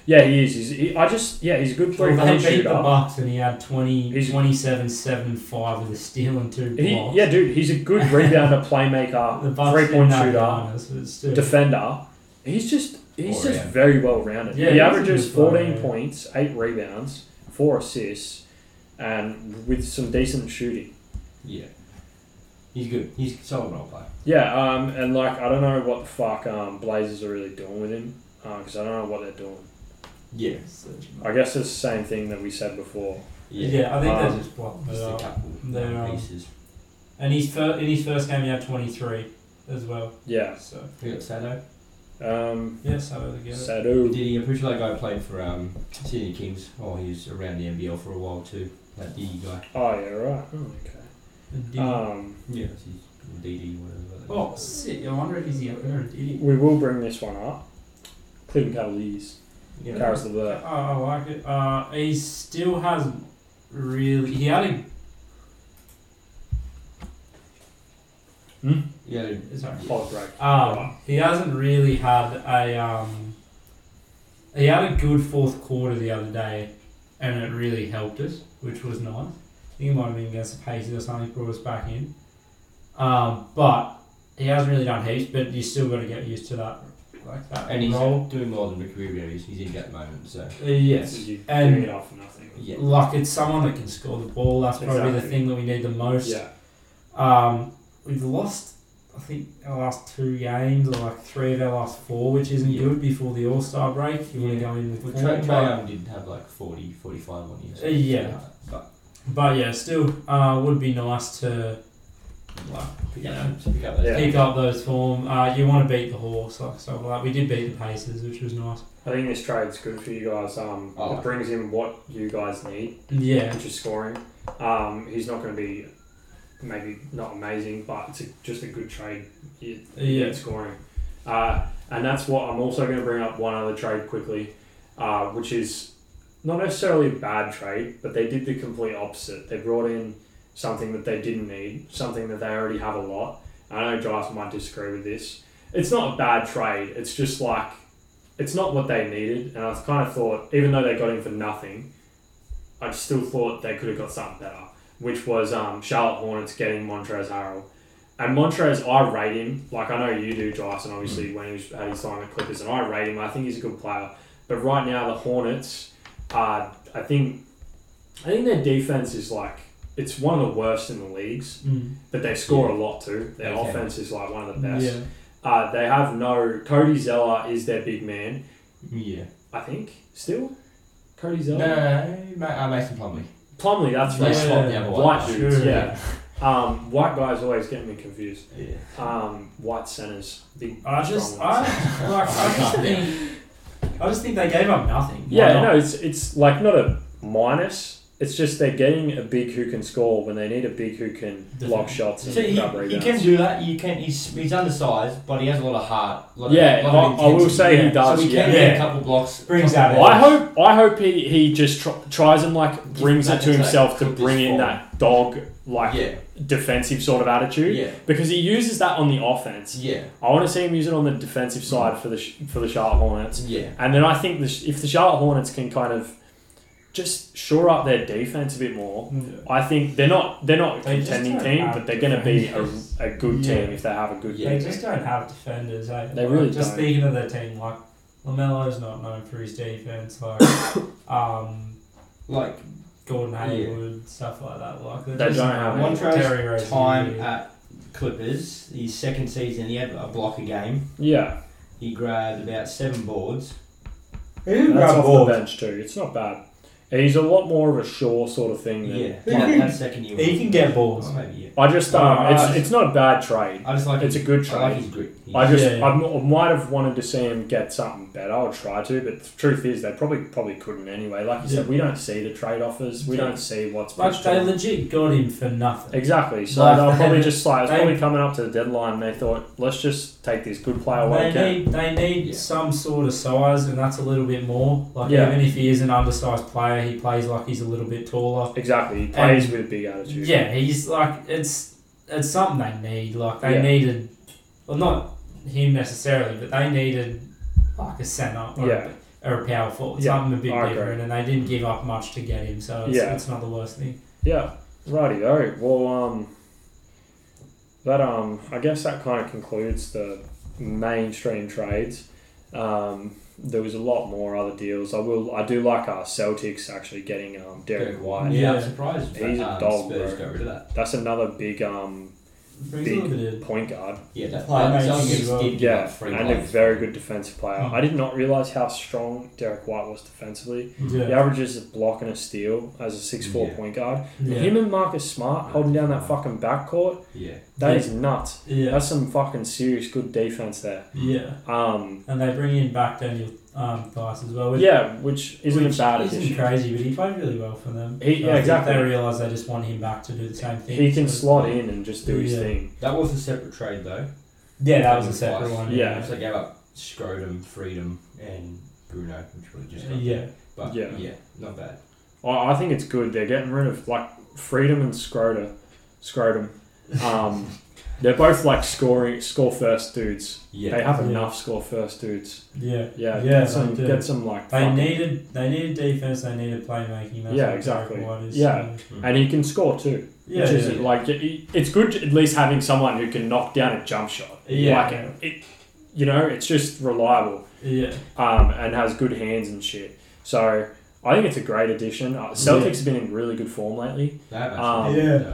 [SPEAKER 2] Yeah, he is. He's, he, I just yeah, he's a good three
[SPEAKER 1] Well,
[SPEAKER 2] point
[SPEAKER 1] they beat the
[SPEAKER 2] shooter.
[SPEAKER 1] Bucks and he had 20,
[SPEAKER 2] He's-
[SPEAKER 1] 27, 7, 5 with a steal and two
[SPEAKER 2] He,
[SPEAKER 1] blocks.
[SPEAKER 2] yeah, dude, he's a good rebounder, playmaker,
[SPEAKER 1] the Bucks
[SPEAKER 2] three
[SPEAKER 1] didn't
[SPEAKER 2] point
[SPEAKER 1] have
[SPEAKER 2] shooter.
[SPEAKER 1] Giannis, but still.
[SPEAKER 2] defender. He's just he's
[SPEAKER 3] Or,
[SPEAKER 2] just
[SPEAKER 3] yeah.
[SPEAKER 2] very well rounded.
[SPEAKER 1] Yeah,
[SPEAKER 2] he
[SPEAKER 1] he's a
[SPEAKER 2] averages
[SPEAKER 1] good player,
[SPEAKER 2] fourteen
[SPEAKER 1] yeah.
[SPEAKER 2] points, eight rebounds, four assists, and with some decent shooting.
[SPEAKER 3] Yeah. He's good. He's a solid role player.
[SPEAKER 2] Yeah, um, and like I don't know what the fuck um, Blazers are really doing with him because I don't know what they're doing.
[SPEAKER 3] Yeah.
[SPEAKER 2] I guess it's the same thing that we said before.
[SPEAKER 1] Yeah,
[SPEAKER 3] Yeah.
[SPEAKER 1] I think
[SPEAKER 2] Um,
[SPEAKER 1] they just blocked it
[SPEAKER 3] Just a
[SPEAKER 1] out.
[SPEAKER 3] couple
[SPEAKER 1] they're, um,
[SPEAKER 3] pieces.
[SPEAKER 1] And his fir- in his first game, he had 23 as well.
[SPEAKER 2] Yeah.
[SPEAKER 1] So,
[SPEAKER 3] We got Sato.
[SPEAKER 2] Um,
[SPEAKER 1] yeah, so they get it.
[SPEAKER 3] Did
[SPEAKER 2] Sadu.
[SPEAKER 3] he? I'm pretty sure that guy played for um, Sydney Kings. Oh, he was around the NBL for a while too. That DD guy.
[SPEAKER 2] Oh yeah, right. Oh, okay.
[SPEAKER 1] And Diddy.
[SPEAKER 2] Um,
[SPEAKER 3] Yeah. That's his, or DD, whatever.
[SPEAKER 1] oh, shit. I wonder if he's out there and Diddy.
[SPEAKER 2] we will bring this one up. Cleveland Cavaliers.
[SPEAKER 3] Yeah.
[SPEAKER 2] Caris LeVert.
[SPEAKER 1] Oh, I like it. Uh, he still hasn't really. He had a.
[SPEAKER 3] Yeah.
[SPEAKER 1] Sorry.
[SPEAKER 2] Hot break.
[SPEAKER 1] Um, he hasn't really had a. Um, he had a good fourth quarter the other day, and it really helped us, which was nice. I think it might have been against the Pacers or something brought us back in. Um, but he hasn't really done heaps. But you still got to get used to that, like that
[SPEAKER 3] And he's
[SPEAKER 1] role.
[SPEAKER 3] doing more than Ricky Rubio. He's, he's in at the moment. So.
[SPEAKER 1] Uh, yes,
[SPEAKER 2] You
[SPEAKER 1] and-
[SPEAKER 2] doing it all for nothing.
[SPEAKER 3] Yeah.
[SPEAKER 1] like it's someone that can score the ball. That's probably the
[SPEAKER 2] Exactly.
[SPEAKER 1] thing that we need the most.
[SPEAKER 2] Yeah.
[SPEAKER 1] Um, we've lost, I think, our last two games, or like three of our last four, which isn't
[SPEAKER 3] Yeah.
[SPEAKER 1] good before the All Star break. You want to
[SPEAKER 3] Yeah.
[SPEAKER 1] go in with
[SPEAKER 3] Well,
[SPEAKER 1] form, but-
[SPEAKER 3] Trae, Trae Young did have like 40, 45 on you.
[SPEAKER 1] Uh, yeah.
[SPEAKER 3] But
[SPEAKER 1] But yeah, still, uh, would be nice to
[SPEAKER 3] like, pick
[SPEAKER 1] Yeah.
[SPEAKER 3] up, pick up those.
[SPEAKER 2] Yeah.
[SPEAKER 1] pick up those form. Uh, you want to beat the Hawks, like stuff like that. We did beat the Pacers, which was nice.
[SPEAKER 2] I think this trade's good for you guys. Um,
[SPEAKER 3] Oh.
[SPEAKER 2] It brings in what you guys need,
[SPEAKER 1] Yeah,
[SPEAKER 2] which is scoring. Um, he's not going to be maybe not amazing, but it's a, just a good trade in
[SPEAKER 1] Yeah.
[SPEAKER 2] in scoring. Uh, and that's what I'm also going to bring up one other trade quickly, uh, which is not necessarily a bad trade, but they did the complete opposite. They brought in something that they didn't need, something that they already have a lot. I know Giles might disagree with this. It's not a bad trade. It's just like it's not what they needed, and I kind of thought, even though they got him for nothing, I still thought they could have got something better, which was um, Charlotte Hornets getting Montrez Harrell. And Montrez, I rate him. Like I know you do, Dyson, obviously, when he was, had his time at Clippers, and I rate him. I think he's a good player. But right now, the Hornets, uh, I think, I think their defense is like it's one of the worst in the leagues.
[SPEAKER 1] mm.
[SPEAKER 2] But they score a lot too. Their
[SPEAKER 3] Okay.
[SPEAKER 2] offense is like one of the best.
[SPEAKER 1] yeah.
[SPEAKER 2] Uh, they have no Cody Zeller is their big man.
[SPEAKER 3] Yeah.
[SPEAKER 2] I think still Cody
[SPEAKER 3] No,
[SPEAKER 2] Zeller.
[SPEAKER 3] Ma- uh, Mason Plumley.
[SPEAKER 2] Plumley, that's
[SPEAKER 3] They
[SPEAKER 2] right.
[SPEAKER 3] swapped the other one.
[SPEAKER 2] White dudes,
[SPEAKER 1] Sure.
[SPEAKER 2] yeah. Um, white guys always get me confused.
[SPEAKER 3] Yeah.
[SPEAKER 2] Um, white centers, big.
[SPEAKER 1] I just,
[SPEAKER 2] strong ones.
[SPEAKER 1] I like, I just think, I just think they gave up nothing. Why
[SPEAKER 2] yeah,
[SPEAKER 1] not?
[SPEAKER 2] no, it's it's like not a minus. It's just they're getting a big who can score when they need a big who can block shots and
[SPEAKER 3] So he,
[SPEAKER 2] grab
[SPEAKER 3] he
[SPEAKER 2] rebounds.
[SPEAKER 3] can do that. You can. He's, he's undersized, but he has a lot of heart. Lot
[SPEAKER 2] yeah,
[SPEAKER 3] of, lot of
[SPEAKER 2] I, I will
[SPEAKER 3] intensity.
[SPEAKER 2] say
[SPEAKER 1] yeah.
[SPEAKER 2] he does.
[SPEAKER 3] so he
[SPEAKER 2] yeah.
[SPEAKER 3] can
[SPEAKER 1] yeah.
[SPEAKER 3] get a couple blocks.
[SPEAKER 1] Brings out
[SPEAKER 3] couple
[SPEAKER 2] Well, I
[SPEAKER 3] blocks.
[SPEAKER 2] hope I hope he, he just tr- tries and like
[SPEAKER 3] Just
[SPEAKER 2] brings it
[SPEAKER 3] like
[SPEAKER 2] to
[SPEAKER 3] it's like,
[SPEAKER 2] himself to
[SPEAKER 3] put this
[SPEAKER 2] bring in
[SPEAKER 3] forward.
[SPEAKER 2] that dog like
[SPEAKER 3] Yeah.
[SPEAKER 2] defensive sort of attitude
[SPEAKER 3] Yeah.
[SPEAKER 2] because he uses that on the offense.
[SPEAKER 3] Yeah.
[SPEAKER 2] I want to see him use it on the defensive side for the sh- for the Charlotte Hornets,
[SPEAKER 3] Yeah.
[SPEAKER 2] and then I think the sh- if the Charlotte Hornets can kind of just shore up their defense a bit more,
[SPEAKER 1] Yeah.
[SPEAKER 2] I think they're not they're not a
[SPEAKER 1] They just
[SPEAKER 2] contending
[SPEAKER 1] don't
[SPEAKER 2] team,
[SPEAKER 1] have
[SPEAKER 2] but they're going to be a,
[SPEAKER 1] defense.
[SPEAKER 2] a good
[SPEAKER 1] Yeah.
[SPEAKER 2] team if they have a good
[SPEAKER 3] Yeah.
[SPEAKER 1] They
[SPEAKER 2] defense.
[SPEAKER 1] just don't have defenders. Eh?
[SPEAKER 2] They
[SPEAKER 1] Like,
[SPEAKER 2] really
[SPEAKER 1] just
[SPEAKER 2] don't.
[SPEAKER 1] thinking of their team, like Lamelo's not known for his defense, like um,
[SPEAKER 3] Like
[SPEAKER 1] Gordon
[SPEAKER 3] Yeah.
[SPEAKER 1] Hayward, stuff like that. Like
[SPEAKER 2] They don't have
[SPEAKER 1] one
[SPEAKER 2] any.
[SPEAKER 1] Terry
[SPEAKER 3] Montrose time at Clippers, his second season, he had a block a game.
[SPEAKER 2] Yeah,
[SPEAKER 3] He grabbed about seven boards.
[SPEAKER 1] Who
[SPEAKER 2] that's
[SPEAKER 1] grabbed
[SPEAKER 2] off
[SPEAKER 1] ball?
[SPEAKER 2] the bench too. It's not bad. And He's a lot more of a sure sort of thing. Than
[SPEAKER 3] Yeah,
[SPEAKER 1] Yeah.
[SPEAKER 3] that, that second year.
[SPEAKER 1] He can get balls.
[SPEAKER 3] Oh, maybe, yeah.
[SPEAKER 2] I just
[SPEAKER 1] Oh,
[SPEAKER 2] um,
[SPEAKER 1] I
[SPEAKER 2] it's
[SPEAKER 1] just-
[SPEAKER 2] it's not a bad trade.
[SPEAKER 3] I just like
[SPEAKER 2] It's
[SPEAKER 3] his,
[SPEAKER 2] a good
[SPEAKER 3] I like
[SPEAKER 2] trade.
[SPEAKER 3] his grit. He's-
[SPEAKER 2] I just
[SPEAKER 1] Yeah, yeah.
[SPEAKER 2] I'm- i might have wanted to see him get something better. I'll try to, but the truth is they probably probably couldn't anyway. Like you said, we don't see the trade offers. We
[SPEAKER 1] Yeah.
[SPEAKER 2] don't see what's
[SPEAKER 1] Like
[SPEAKER 2] pitched
[SPEAKER 1] they
[SPEAKER 2] on.
[SPEAKER 1] legit got him for nothing.
[SPEAKER 2] exactly. So
[SPEAKER 1] Like,
[SPEAKER 2] they'll
[SPEAKER 1] they-
[SPEAKER 2] probably just like it's
[SPEAKER 1] they-
[SPEAKER 2] probably coming up to the deadline. and They thought let's just take this good player while we
[SPEAKER 1] They
[SPEAKER 2] can.
[SPEAKER 1] need they need
[SPEAKER 3] Yeah.
[SPEAKER 1] some sort of size, and that's a little bit more. Like
[SPEAKER 2] Yeah.
[SPEAKER 1] even if he is an undersized player, he plays like he's a little bit taller.
[SPEAKER 2] Exactly. He plays with a big attitude.
[SPEAKER 1] Yeah, he's like it's it's something they need. Like they
[SPEAKER 2] Yeah.
[SPEAKER 1] needed, well, not him necessarily, but they needed like a centre or,
[SPEAKER 2] Yeah.
[SPEAKER 1] a, or a power forward,
[SPEAKER 2] Yeah,
[SPEAKER 1] something a bit
[SPEAKER 2] I agree.
[SPEAKER 1] different, and they didn't give up much to get him. So it's,
[SPEAKER 2] Yeah.
[SPEAKER 1] it's not the worst thing.
[SPEAKER 2] Yeah. Righty. All right. Well, um, that um, I guess that kind of concludes the mainstream trades. Um, there was a lot more other deals. I will. I do like our Celtics actually getting um Derek White.
[SPEAKER 1] Yeah.
[SPEAKER 3] Yeah, I'm surprised.
[SPEAKER 2] He's a
[SPEAKER 3] um,
[SPEAKER 2] dog,
[SPEAKER 3] Spurs
[SPEAKER 2] bro.
[SPEAKER 3] got rid of that.
[SPEAKER 2] That's another big um
[SPEAKER 1] brings a little bit of
[SPEAKER 2] point guard.
[SPEAKER 3] Yeah, that
[SPEAKER 1] Like,
[SPEAKER 3] that
[SPEAKER 1] amazing
[SPEAKER 3] Celtics
[SPEAKER 1] as well.
[SPEAKER 3] did
[SPEAKER 2] Yeah,
[SPEAKER 3] free
[SPEAKER 2] and a
[SPEAKER 3] plays.
[SPEAKER 2] very good defensive player.
[SPEAKER 1] Mm.
[SPEAKER 2] I did not realize how strong Derek White was defensively. He
[SPEAKER 1] yeah,
[SPEAKER 2] averages a block and a steal as a six four
[SPEAKER 3] Yeah.
[SPEAKER 2] point guard.
[SPEAKER 1] yeah,
[SPEAKER 2] Him and Marcus Smart holding down that fucking backcourt.
[SPEAKER 3] Yeah,
[SPEAKER 2] That
[SPEAKER 1] Yeah.
[SPEAKER 2] is nuts.
[SPEAKER 1] yeah,
[SPEAKER 2] That's some fucking serious good defense there.
[SPEAKER 1] yeah.
[SPEAKER 2] Um,
[SPEAKER 1] And they bring in back Daniel um, Dice as well. Which,
[SPEAKER 2] yeah, which isn't
[SPEAKER 1] which
[SPEAKER 2] a bad
[SPEAKER 1] isn't
[SPEAKER 2] addition.
[SPEAKER 1] crazy, but he played really well for them.
[SPEAKER 2] He-
[SPEAKER 1] So
[SPEAKER 2] yeah,
[SPEAKER 1] I think
[SPEAKER 2] exactly.
[SPEAKER 1] They realise they just want him back to do the same thing.
[SPEAKER 2] He can
[SPEAKER 1] so-
[SPEAKER 2] slot in and just do his
[SPEAKER 1] Yeah.
[SPEAKER 2] thing.
[SPEAKER 3] that was a separate trade though.
[SPEAKER 1] Yeah, that was a separate
[SPEAKER 3] Twice.
[SPEAKER 1] one.
[SPEAKER 2] Yeah.
[SPEAKER 3] So they gave up Scrotum, Freedom, and Bruno, which would have just got
[SPEAKER 1] yeah,
[SPEAKER 3] But
[SPEAKER 2] Yeah.
[SPEAKER 3] yeah. not bad.
[SPEAKER 2] I, I think it's good. They're getting rid of like Freedom and Scrota, Scrotum. Um, they're both like scoring score first dudes.
[SPEAKER 3] Yeah,
[SPEAKER 2] They have
[SPEAKER 1] Yeah.
[SPEAKER 2] enough score first dudes.
[SPEAKER 1] yeah.
[SPEAKER 2] Yeah,
[SPEAKER 1] Yeah,
[SPEAKER 2] Get some,
[SPEAKER 1] they do.
[SPEAKER 2] get some like.
[SPEAKER 1] They
[SPEAKER 2] fucking-
[SPEAKER 1] needed they needed defense. They needed playmaking. That's
[SPEAKER 2] Yeah,
[SPEAKER 1] what
[SPEAKER 2] exactly.
[SPEAKER 1] Derek White is,
[SPEAKER 2] Yeah.
[SPEAKER 1] so-
[SPEAKER 3] Mm.
[SPEAKER 2] and he can score too.
[SPEAKER 1] yeah,
[SPEAKER 2] which
[SPEAKER 1] yeah.
[SPEAKER 2] is like it- it's good to at least having someone who can knock down a jump shot.
[SPEAKER 1] Yeah.
[SPEAKER 2] like it, it you know, it's just reliable.
[SPEAKER 1] yeah.
[SPEAKER 2] um, and has good hands and shit. So I think it's a great addition. Uh, Celtics
[SPEAKER 1] Yeah.
[SPEAKER 2] have been in really good form lately.
[SPEAKER 3] they have
[SPEAKER 2] Um,
[SPEAKER 3] actually.
[SPEAKER 1] Yeah.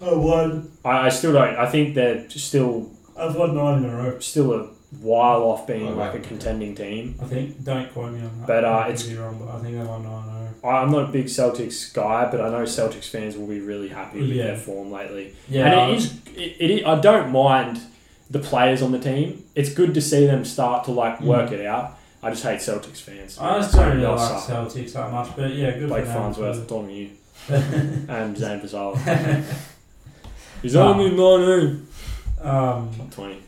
[SPEAKER 1] Oh, one.
[SPEAKER 2] I, I still don't. I think they're still
[SPEAKER 1] I've won nine in a row.
[SPEAKER 2] still a while off being
[SPEAKER 3] Oh,
[SPEAKER 2] like
[SPEAKER 3] right.
[SPEAKER 2] a contending team.
[SPEAKER 1] I think. Don't quote me on that.
[SPEAKER 2] But, uh,
[SPEAKER 1] I could
[SPEAKER 2] it's-
[SPEAKER 1] be wrong, but I think they won nine in a row.
[SPEAKER 2] I, I'm not a big Celtics guy, but I know Celtics fans will be really happy with
[SPEAKER 1] Yeah.
[SPEAKER 2] their form lately.
[SPEAKER 1] Yeah,
[SPEAKER 2] and it is. It, it, I don't mind the players on the team. It's good to see them start to like work it out. I just hate Celtics fans.
[SPEAKER 1] Mm. I just don't really
[SPEAKER 2] They'll
[SPEAKER 1] like
[SPEAKER 2] suck.
[SPEAKER 1] Celtics that much, but yeah, good
[SPEAKER 2] Blake
[SPEAKER 1] for
[SPEAKER 2] Farnsworth,
[SPEAKER 1] them.
[SPEAKER 2] Don Mew,
[SPEAKER 1] Farnsworth.
[SPEAKER 2] and Zane Pizarro. He's
[SPEAKER 1] Nah.
[SPEAKER 2] only 19.
[SPEAKER 1] um,
[SPEAKER 2] 20.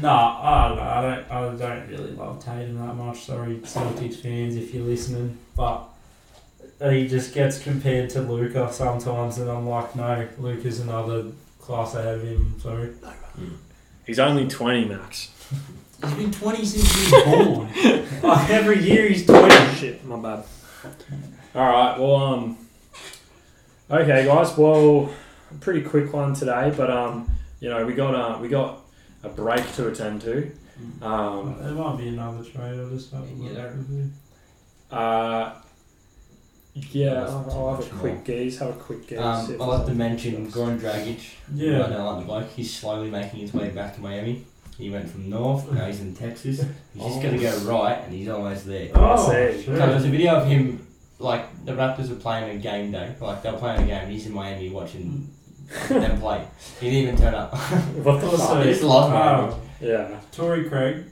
[SPEAKER 1] nah, I don't, know, I don't, I don't really love Tatum that much. Sorry, Celtics fans, if you're listening, but he just gets compared to Luca sometimes, and I'm like, no, Luca's another class ahead of him. Sorry,
[SPEAKER 2] He's only 20, Max.
[SPEAKER 1] he's been 20 since he was born. like, every year he's 20.
[SPEAKER 2] Shit, my bad. Alright, well, um. Okay, guys, well, a pretty quick one today, but, um, you know, we got a, we got a break to attend to. Um,
[SPEAKER 1] There might be another trade. I'll just have a look.
[SPEAKER 3] Yeah.
[SPEAKER 2] uh, yeah, I'll, I'll have a quick gaze, have a quick gaze. see
[SPEAKER 3] Um,
[SPEAKER 2] if
[SPEAKER 3] I like to
[SPEAKER 2] there's
[SPEAKER 3] mention
[SPEAKER 2] anything
[SPEAKER 3] Goran Dragic.
[SPEAKER 1] Yeah.
[SPEAKER 3] I know, like the bloke. He's slowly making his way back to Miami. He went from North, now he's in Texas. He's just going to go right, and he's almost there.
[SPEAKER 1] Oh,
[SPEAKER 2] That's it.
[SPEAKER 1] sure.
[SPEAKER 3] So there's a video of him, like, the Raptors were playing a game day. Like, they were playing a game, and he's in Miami watching them play. He didn't even turn up.
[SPEAKER 2] else. What the
[SPEAKER 1] Also,
[SPEAKER 2] fuck?
[SPEAKER 3] It's a lot of money.
[SPEAKER 1] um,
[SPEAKER 2] Yeah.
[SPEAKER 1] Tory Craig,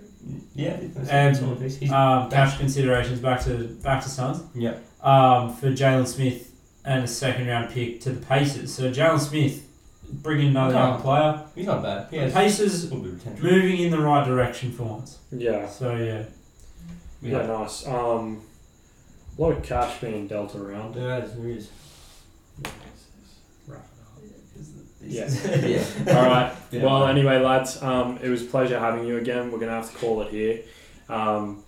[SPEAKER 3] Yeah. that's-
[SPEAKER 1] And-
[SPEAKER 3] that's- he's-
[SPEAKER 1] um, cash considerations back to back to Suns.
[SPEAKER 3] yeah.
[SPEAKER 1] um, for Jalen Smith and a second round pick to the Pacers. So Jalen Smith, bringing another young
[SPEAKER 3] Oh.
[SPEAKER 1] player.
[SPEAKER 3] He's not bad. He has a
[SPEAKER 1] Pacers
[SPEAKER 3] little bit of potential.
[SPEAKER 1] moving in the right direction for once.
[SPEAKER 2] Yeah.
[SPEAKER 1] So yeah,
[SPEAKER 2] Yeah, nice. Um, a lot of cash being dealt around.
[SPEAKER 3] Yeah, there is.
[SPEAKER 2] Yeah.
[SPEAKER 3] yeah.
[SPEAKER 2] All right.
[SPEAKER 3] Yeah.
[SPEAKER 2] Well, uh, anyway, lads, um, it was a pleasure having you again. We're going to have to call it here. Um,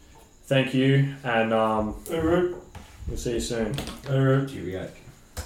[SPEAKER 2] thank you, and um,
[SPEAKER 1] Alright,
[SPEAKER 2] we'll see you soon.
[SPEAKER 1] alright.
[SPEAKER 3] Cheerio.